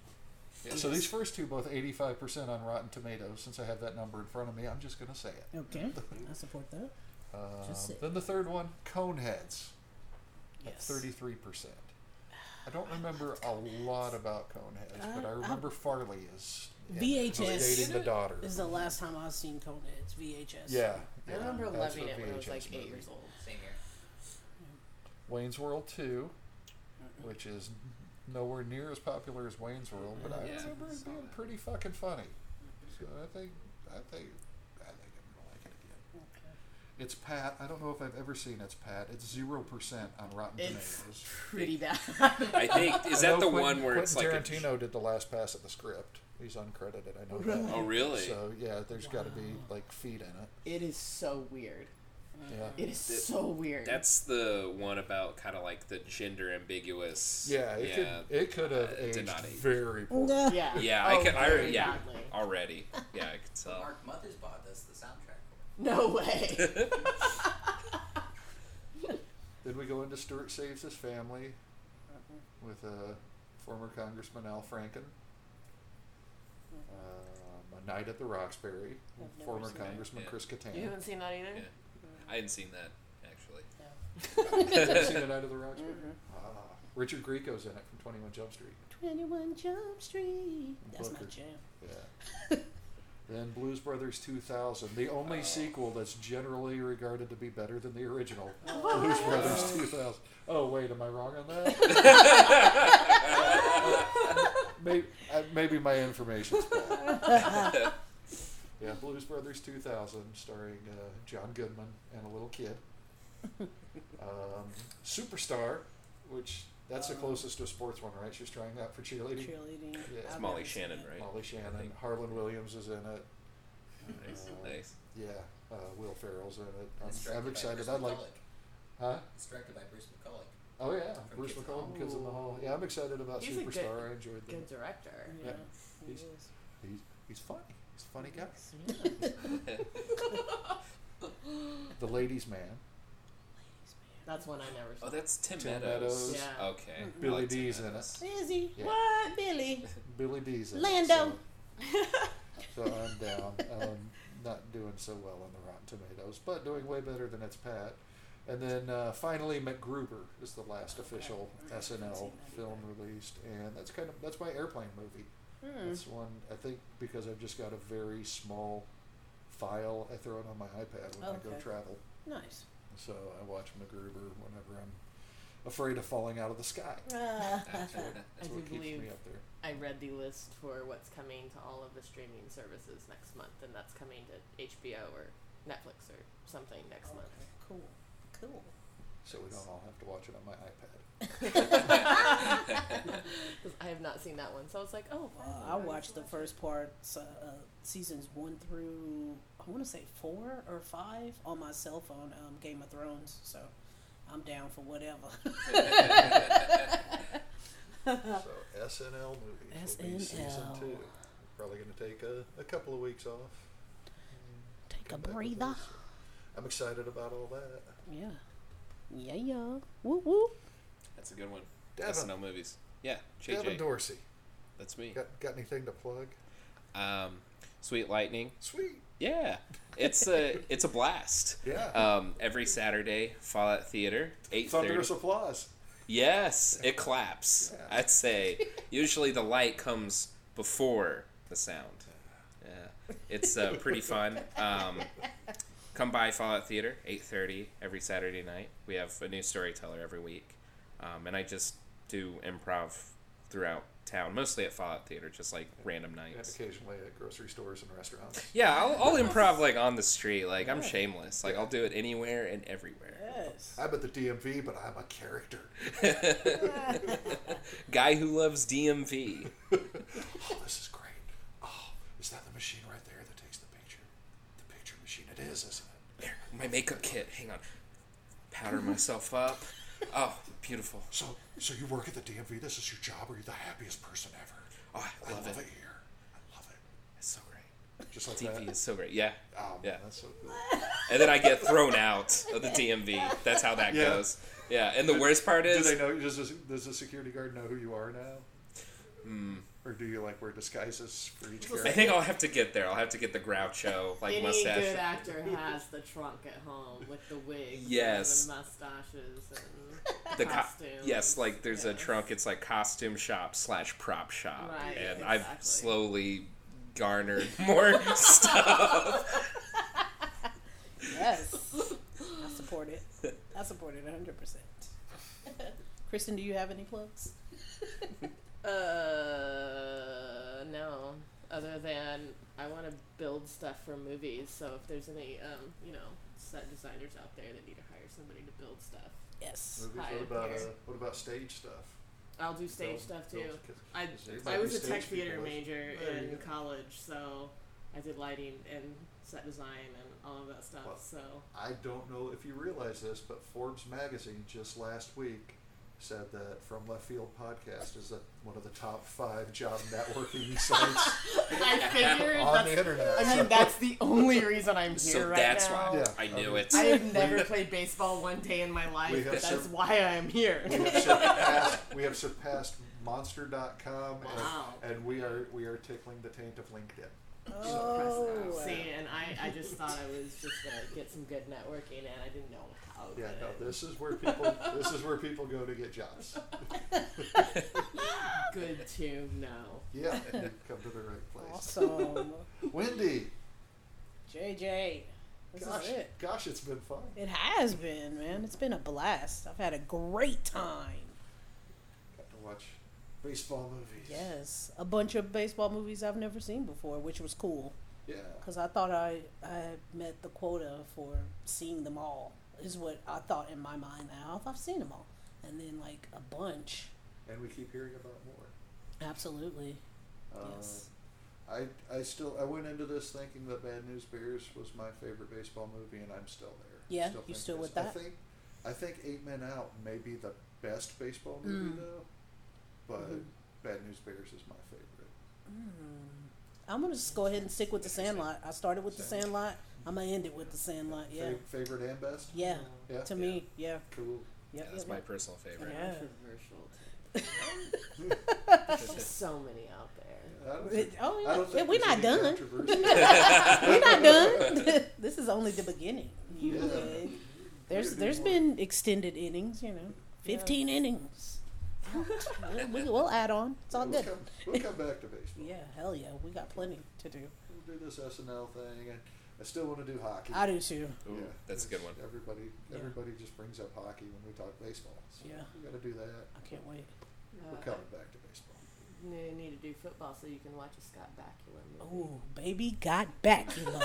Speaker 2: Yeah, so these first two, both 85% on Rotten Tomatoes. Since I have that number in front of me, I'm just going to say
Speaker 5: [laughs]
Speaker 2: it.
Speaker 1: Okay. I support that.
Speaker 2: Um,
Speaker 1: Just say it.
Speaker 2: then the third one, Coneheads, at
Speaker 1: Yes.
Speaker 2: 33%. I
Speaker 5: [sighs]
Speaker 2: don't remember a lot about Coneheads, but I
Speaker 5: Uh, um,
Speaker 2: remember Farley is in it, who's
Speaker 1: VHS.
Speaker 2: dating the daughter.
Speaker 1: This is the last time I've seen Coneheads VHS.
Speaker 2: Yeah,
Speaker 5: I
Speaker 2: yeah,
Speaker 5: remember
Speaker 2: that's
Speaker 5: loving
Speaker 2: the
Speaker 5: it when I was
Speaker 2: VHS
Speaker 5: like eight
Speaker 2: movie.
Speaker 5: years old.
Speaker 6: Same here.
Speaker 2: Wayne's World 2, which is nowhere near as popular as Wayne's World, but I
Speaker 6: Yeah,
Speaker 2: remember it
Speaker 6: saw
Speaker 2: being
Speaker 6: that.
Speaker 2: pretty fucking funny. So I think I think I think I'm gonna like it again. It's Pat. I don't know if I've ever seen It's Pat. It's zero percent on Rotten
Speaker 5: It's
Speaker 2: Tomatoes.
Speaker 5: pretty bad. [laughs]
Speaker 4: I think is
Speaker 2: I
Speaker 4: that
Speaker 2: know
Speaker 4: the
Speaker 2: Quentin-
Speaker 4: one where it's like
Speaker 2: Quentin
Speaker 4: a-
Speaker 2: Tarantino did the last pass at the script. He's uncredited. I know that.
Speaker 4: Oh really?
Speaker 2: So yeah, there's got to be like feet in it.
Speaker 5: it is so weird.
Speaker 4: Mm.
Speaker 2: Yeah.
Speaker 5: It is
Speaker 4: That-
Speaker 5: so weird.
Speaker 4: That's the one about kind of like the gender ambiguous.
Speaker 2: Yeah, it could it could have
Speaker 4: uh, it did
Speaker 2: aged
Speaker 4: not age.
Speaker 2: very poorly.
Speaker 1: Yeah.
Speaker 5: [laughs] yeah.
Speaker 4: Yeah, I
Speaker 5: Oh,
Speaker 4: could. I,
Speaker 5: very
Speaker 4: yeah,
Speaker 5: badly.
Speaker 4: already. Yeah, I could tell.
Speaker 6: Mark Mothersbaugh does the soundtrack.
Speaker 5: No way.
Speaker 2: Then we go into Stewart Saves His Family with uh, former Congressman Al Franken. Um, a Night at the Roxbury,
Speaker 1: I've never
Speaker 2: former
Speaker 1: seen that.
Speaker 2: Congressman
Speaker 4: Yeah.
Speaker 2: Chris [laughs]
Speaker 5: You
Speaker 2: Kattan.
Speaker 5: haven't seen that either?
Speaker 4: Yeah. I hadn't seen that actually.
Speaker 2: Have you seen A Night at the Roxbury? Ah, Richard Grieco's in it from 21 Jump Street.
Speaker 1: 21 Jump Street. That's my
Speaker 2: Booker.
Speaker 1: jam.
Speaker 2: Yeah. then Blues Brothers 2000, the only sequel that's generally regarded to be better than the original. Blues Brothers 2000. Oh, wait, am I wrong on that? maybe, uh, maybe my information's bad.
Speaker 4: [laughs]
Speaker 2: yeah, Blues Brothers 2000, starring uh, John Goodman and a little kid. Um, Superstar, which that's the closest to a sports one, right? She's trying out for cheerleading.
Speaker 1: Cheerleading.
Speaker 2: It's
Speaker 1: I've
Speaker 4: Molly
Speaker 1: never seen
Speaker 4: Shannon,
Speaker 1: it.
Speaker 4: right?
Speaker 2: Molly Shannon,
Speaker 4: think.
Speaker 2: Harlan Williams is in it.
Speaker 4: Nice, nice.
Speaker 2: Yeah, uh, Will Ferrell's in it.
Speaker 6: It's
Speaker 2: I'm,
Speaker 6: directed
Speaker 2: I'm
Speaker 6: by
Speaker 2: excited.
Speaker 6: Bruce
Speaker 2: I'd like,
Speaker 6: McCulloch.
Speaker 2: huh?
Speaker 6: It's directed by Bruce McCulloch.
Speaker 2: Oh yeah,
Speaker 6: From
Speaker 2: Bruce
Speaker 6: Kids in the
Speaker 2: McCullough, from Kids in the Hall. Yeah, I'm excited about
Speaker 5: He's a good-
Speaker 2: Superstar. I enjoyed that.
Speaker 5: Good director.
Speaker 1: Yeah.
Speaker 2: Yeah.
Speaker 1: it
Speaker 2: He's-
Speaker 1: is.
Speaker 2: He's he's funny. He's a funny guy. the Ladies Man,
Speaker 5: [laughs] That's one I never saw.
Speaker 4: [laughs] Oh, that's Tim,
Speaker 2: Tim
Speaker 4: Meadows.
Speaker 2: Meadows.
Speaker 5: Yeah.
Speaker 4: Okay. I
Speaker 2: Billy
Speaker 4: like Tim
Speaker 2: Dee's in
Speaker 4: Meadows.
Speaker 1: Izzy.
Speaker 2: Yeah.
Speaker 1: What? Billy.
Speaker 2: [laughs] Billy Dee's in
Speaker 1: Lando.
Speaker 5: [laughs]
Speaker 2: It, so, so I'm down. Um, not doing so well on the Rotten Tomatoes, but doing way better than it's Pat. And then uh, finally, MacGruber is the last official SNL film released, and that's kind of that's my airplane movie.
Speaker 1: Hmm,
Speaker 5: Hmm.
Speaker 2: That's one I think because I've just got a very small file. I throw it on my iPad when I go
Speaker 1: Okay.
Speaker 2: travel,
Speaker 1: Nice.
Speaker 2: so I watch MacGruber whenever I'm afraid of falling out of the sky.
Speaker 5: [laughs]
Speaker 1: Uh,
Speaker 5: I
Speaker 2: That's
Speaker 5: do
Speaker 2: what keeps
Speaker 5: believe
Speaker 2: me up there.
Speaker 5: I read the list for what's coming to all of the streaming services next month, and that's coming to HBO or Netflix or something next month.
Speaker 1: cool. Cool.
Speaker 2: So we don't all have to watch it on my iPad.
Speaker 5: 'Cause I have not seen that one, so I was like, oh, wow,
Speaker 1: Uh, I watched the first part, uh, uh, seasons one through I want to say four or five on my cell phone, um, Game of Thrones. So I'm down for whatever.
Speaker 5: Uh-huh.
Speaker 2: So SNL movies will be season
Speaker 1: SNL.
Speaker 2: two. We're probably going to take a, a couple of weeks off.
Speaker 1: [laughs] Take a
Speaker 2: come back with
Speaker 1: breather.
Speaker 2: those. I'm excited about all that.
Speaker 1: Yeah. Yeah, yeah. Woo, woo.
Speaker 4: That's a good one.
Speaker 2: Devin.
Speaker 4: SNL movies. Yeah,
Speaker 2: Devin
Speaker 4: JJ.
Speaker 2: Dorsey,
Speaker 4: That's me.
Speaker 2: got got anything to plug?
Speaker 4: Um, Sweet Lightning.
Speaker 2: Sweet,
Speaker 4: Yeah, it's a it's a blast.
Speaker 2: Yeah.
Speaker 4: Um, every Saturday, Fallout Theater, eight
Speaker 2: thunderous
Speaker 4: thirty.
Speaker 2: applause.
Speaker 4: Yes, it claps.
Speaker 2: Yeah.
Speaker 4: I'd say usually the light comes before the sound. Yeah, it's uh, pretty fun. Um, come by Fallout Theater, eight thirty every Saturday night. We have a new storyteller every week, um, and I just do improv throughout town, mostly at Fallout Theater, just like random
Speaker 2: And
Speaker 4: nights.
Speaker 2: occasionally at grocery stores and restaurants.
Speaker 4: Yeah, I'll, I'll improv like on the street. Like I'm shameless. Like I'll do it anywhere and everywhere.
Speaker 1: Yes.
Speaker 2: I'm at the DMV, but I'm a character.
Speaker 4: Guy who loves DMV.
Speaker 2: Oh, this is great. Oh, is that the machine right there that takes the picture? The picture machine. It is, isn't it?
Speaker 4: There, my makeup kit. Hang on. powder myself up. Oh, beautiful.
Speaker 2: So, so you work at the DMV. This is your job. Are you the happiest person ever?
Speaker 4: Oh, I love it.
Speaker 2: here. I love it.
Speaker 4: It's so great.
Speaker 2: Just like
Speaker 4: DMV
Speaker 2: that.
Speaker 4: is so great. Yeah.
Speaker 2: Oh, man,
Speaker 4: Yeah.
Speaker 2: that's so cool.
Speaker 4: And then I get thrown out of the DMV. That's how that
Speaker 2: Yeah.
Speaker 4: goes. Yeah. And the worst part
Speaker 2: Do
Speaker 4: is
Speaker 2: they know? Does, this, does the security guard know who you are now?
Speaker 4: Hmm.
Speaker 2: Or do you like wear disguises for each
Speaker 4: I
Speaker 2: character?
Speaker 4: think I'll have to get there. I'll have to get the Groucho like
Speaker 3: Any
Speaker 4: mustache.
Speaker 3: good actor has the trunk at home with the wigs,
Speaker 4: Yes.
Speaker 3: and the mustaches, and
Speaker 4: the co-
Speaker 3: costumes,
Speaker 4: yes, like there's a
Speaker 3: yes.
Speaker 4: trunk. It's like costume shop slash prop shop,
Speaker 3: Right,
Speaker 4: and I've
Speaker 3: exactly.
Speaker 4: slowly garnered [laughs] more stuff.
Speaker 1: [laughs] Yes. I support it. I support it 100%. [laughs] Kristen, do you have any plugs?
Speaker 3: Uh, no. Other than I want to build stuff for movies, so if there's any, um, you know, set designers out there that need to hire somebody to build stuff,
Speaker 1: Yes.
Speaker 2: Movies,
Speaker 3: Hi,
Speaker 2: what about uh,
Speaker 3: there.
Speaker 2: what about stage stuff?
Speaker 3: I'll do stage
Speaker 2: Those-
Speaker 3: stuff too.
Speaker 2: those kids-
Speaker 3: I,
Speaker 2: Does everybody
Speaker 3: I was
Speaker 2: do
Speaker 3: a tech
Speaker 2: stage
Speaker 3: theater
Speaker 2: people?
Speaker 3: major
Speaker 2: There you
Speaker 3: in
Speaker 2: go.
Speaker 3: college, so I did lighting and set design and all of that stuff.
Speaker 2: Wow.
Speaker 3: So
Speaker 2: I don't know if you realize this, but Forbes magazine just last week said that From Left Field podcast is a, one of the top five job [laughs]
Speaker 3: [laughs]
Speaker 2: networking sites
Speaker 3: I figured
Speaker 4: [laughs]
Speaker 2: on the
Speaker 3: that's,
Speaker 2: internet.
Speaker 3: I mean,
Speaker 2: so-
Speaker 3: that's the only reason I'm here
Speaker 4: so
Speaker 3: right
Speaker 4: that's
Speaker 3: now.
Speaker 4: why
Speaker 2: Yeah.
Speaker 4: I knew it.
Speaker 3: I have never played baseball one day in my
Speaker 2: We
Speaker 3: life.
Speaker 2: have
Speaker 3: But that's
Speaker 2: some-
Speaker 3: why I am
Speaker 2: [laughs]
Speaker 3: here.
Speaker 2: we, have surpassed, we have surpassed Monster.com,
Speaker 3: Wow.
Speaker 2: and, and we are we are tickling the taint of LinkedIn.
Speaker 1: Oh, wow.
Speaker 3: [laughs] See, and I, I just thought I was just gonna get some good networking, and I didn't know how.
Speaker 2: Yeah,
Speaker 3: good.
Speaker 2: no, this is where people this is where people go to get jobs.
Speaker 3: good to know.
Speaker 2: Yeah,
Speaker 3: [laughs]
Speaker 2: you come to the right place.
Speaker 1: awesome.
Speaker 2: Wendy,
Speaker 1: JJ, this
Speaker 2: gosh,
Speaker 1: is it.
Speaker 2: gosh, it's been fun.
Speaker 1: It has been, man. It's been a blast. I've had a great time.
Speaker 2: Got to watch baseball movies.
Speaker 1: Yes, a bunch of baseball movies I've never seen before, which was cool
Speaker 2: Yeah.
Speaker 1: because I thought I I met the quota for seeing them all. Is what I thought in my mind. Now I've seen them all, and then like a bunch.
Speaker 2: and we keep hearing about more.
Speaker 1: Absolutely.
Speaker 2: Uh,
Speaker 1: Yes.
Speaker 2: I I still I went into this thinking that Bad News Bears was my favorite baseball movie, and I'm still there.
Speaker 1: Yeah,
Speaker 2: still
Speaker 1: you
Speaker 2: think
Speaker 1: still
Speaker 2: it is.
Speaker 1: with that?
Speaker 2: I think I think Eight Men Out may be the best baseball movie
Speaker 1: Mm. Mm-hmm.
Speaker 2: though, but Bad News Bears is my favorite.
Speaker 1: I'm gonna just go ahead and stick with the Sandlot. I started with the
Speaker 2: Sandlot.
Speaker 1: Sandlot. I'm gonna end it with the Sandlot. Uh, Yeah.
Speaker 2: Fa- favorite and best.
Speaker 3: Um,
Speaker 1: Yeah.
Speaker 2: Yeah.
Speaker 1: To me, yeah.
Speaker 2: Cool. [laughs]
Speaker 4: Yeah,
Speaker 1: Yep,
Speaker 4: that's
Speaker 1: yep,
Speaker 4: my
Speaker 1: yep.
Speaker 4: personal favorite.
Speaker 1: Yeah.
Speaker 3: Controversial. [laughs] There's so many out there.
Speaker 2: I
Speaker 1: [laughs]
Speaker 2: don't
Speaker 1: It-
Speaker 2: think-
Speaker 1: [laughs] oh
Speaker 2: I
Speaker 1: yeah,
Speaker 2: don't
Speaker 1: yeah
Speaker 2: think
Speaker 1: we're
Speaker 2: there's
Speaker 1: not
Speaker 2: any
Speaker 1: done. [laughs]
Speaker 2: controversy. [laughs]
Speaker 1: we're not done. [laughs] this is only the beginning. You,
Speaker 2: Yeah.
Speaker 1: uh, there's
Speaker 2: do
Speaker 1: there's
Speaker 2: more.
Speaker 1: been extended innings, you know, fifteen innings. we, we'll add on. It's all
Speaker 2: we'll,
Speaker 1: good.
Speaker 2: come, we'll come back
Speaker 1: [laughs]
Speaker 2: to baseball.
Speaker 1: Yeah, hell yeah, we got plenty to do.
Speaker 2: We'll do this SNL thing. and I still want to do hockey.
Speaker 1: I do too.
Speaker 4: Ooh, that's a good one.
Speaker 2: Everybody,
Speaker 1: Yeah.
Speaker 2: everybody just brings up hockey when we talk baseball. So
Speaker 1: Yeah.
Speaker 2: we got to do that.
Speaker 1: I can't wait.
Speaker 2: We're
Speaker 3: Uh,
Speaker 2: coming back to baseball.
Speaker 3: you need to do football so you can watch a Scott Bakula movie.
Speaker 1: Ooh, baby got back,
Speaker 2: [laughs]
Speaker 1: you know.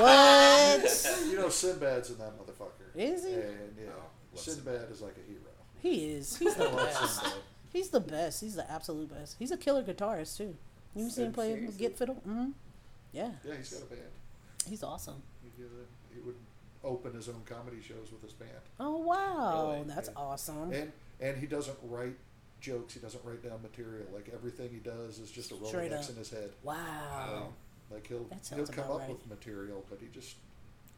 Speaker 1: what
Speaker 2: You know, Sinbad's in that motherfucker.
Speaker 1: is he?
Speaker 2: And yeah,
Speaker 4: love
Speaker 2: Sinbad is like a hero.
Speaker 1: He is. He's
Speaker 2: I
Speaker 1: the
Speaker 2: love
Speaker 1: best.
Speaker 2: Sinbad.
Speaker 1: He's the best. He's the absolute best. He's a killer guitarist too. You ever seen him play
Speaker 3: Seriously?
Speaker 1: get fiddle? Mm-hmm. Yeah,
Speaker 2: Yeah, he's got a band.
Speaker 1: he's awesome.
Speaker 2: He, did it. he would open his own comedy shows with his band,
Speaker 1: Oh wow,
Speaker 4: Really?
Speaker 1: that's
Speaker 2: Yeah.
Speaker 1: awesome.
Speaker 2: and and he doesn't write jokes. He doesn't write down material. Like everything he does is just a
Speaker 1: Straight
Speaker 2: Rolodex
Speaker 1: up.
Speaker 2: in his head.
Speaker 1: Wow.
Speaker 2: Like he'll
Speaker 1: Um, That
Speaker 2: he'll
Speaker 1: sounds
Speaker 2: come
Speaker 1: about
Speaker 2: up
Speaker 1: right.
Speaker 2: with material, but he just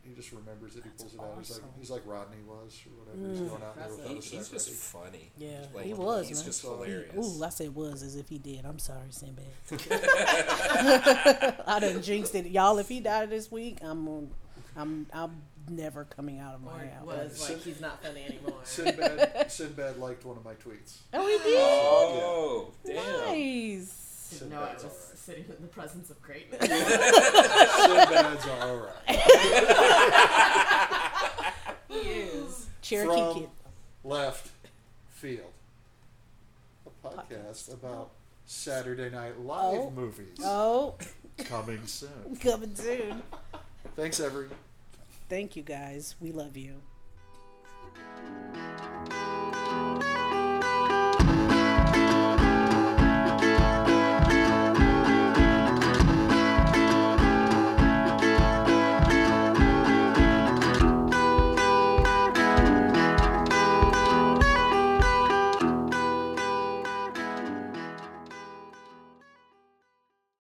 Speaker 2: he just remembers it.
Speaker 1: That's
Speaker 2: he pulls it out. He's
Speaker 1: awesome. Mm.
Speaker 2: like he's like Rodney was or whatever. He's going out there
Speaker 3: Impressive.
Speaker 2: without
Speaker 4: He,
Speaker 2: a
Speaker 4: he's
Speaker 2: set
Speaker 4: just
Speaker 2: ready.
Speaker 4: [laughs] funny.
Speaker 1: Yeah,
Speaker 4: Like,
Speaker 1: he was,
Speaker 4: He's
Speaker 1: man.
Speaker 4: just
Speaker 2: He-
Speaker 4: hilarious.
Speaker 1: Ooh, I said was as if he did. I'm sorry, Sinbad. I done jinxed it, y'all. If he died this week, I'm on, I'm I'm never coming out of
Speaker 3: Or
Speaker 1: my
Speaker 3: it
Speaker 1: house.
Speaker 3: was like he's not funny
Speaker 2: [laughs]
Speaker 3: anymore.
Speaker 2: Sinbad Sinbad liked one of my tweets.
Speaker 4: [laughs]
Speaker 1: Oh, he did.
Speaker 4: Oh, damn.
Speaker 1: Nice.
Speaker 3: Didn't know I was
Speaker 2: Sinbad's alright.
Speaker 3: sitting in the presence of
Speaker 2: [laughs]
Speaker 3: greatness.
Speaker 2: Sinbad's
Speaker 1: [laughs]
Speaker 2: all right.
Speaker 1: Cherokee
Speaker 2: From
Speaker 1: kid.
Speaker 2: left field, a podcast about Saturday Night Live
Speaker 1: Oh.
Speaker 2: movies
Speaker 1: Oh, [laughs]
Speaker 2: coming soon.
Speaker 1: coming soon.
Speaker 2: Thanks, everyone.
Speaker 1: Thank you guys. We love you.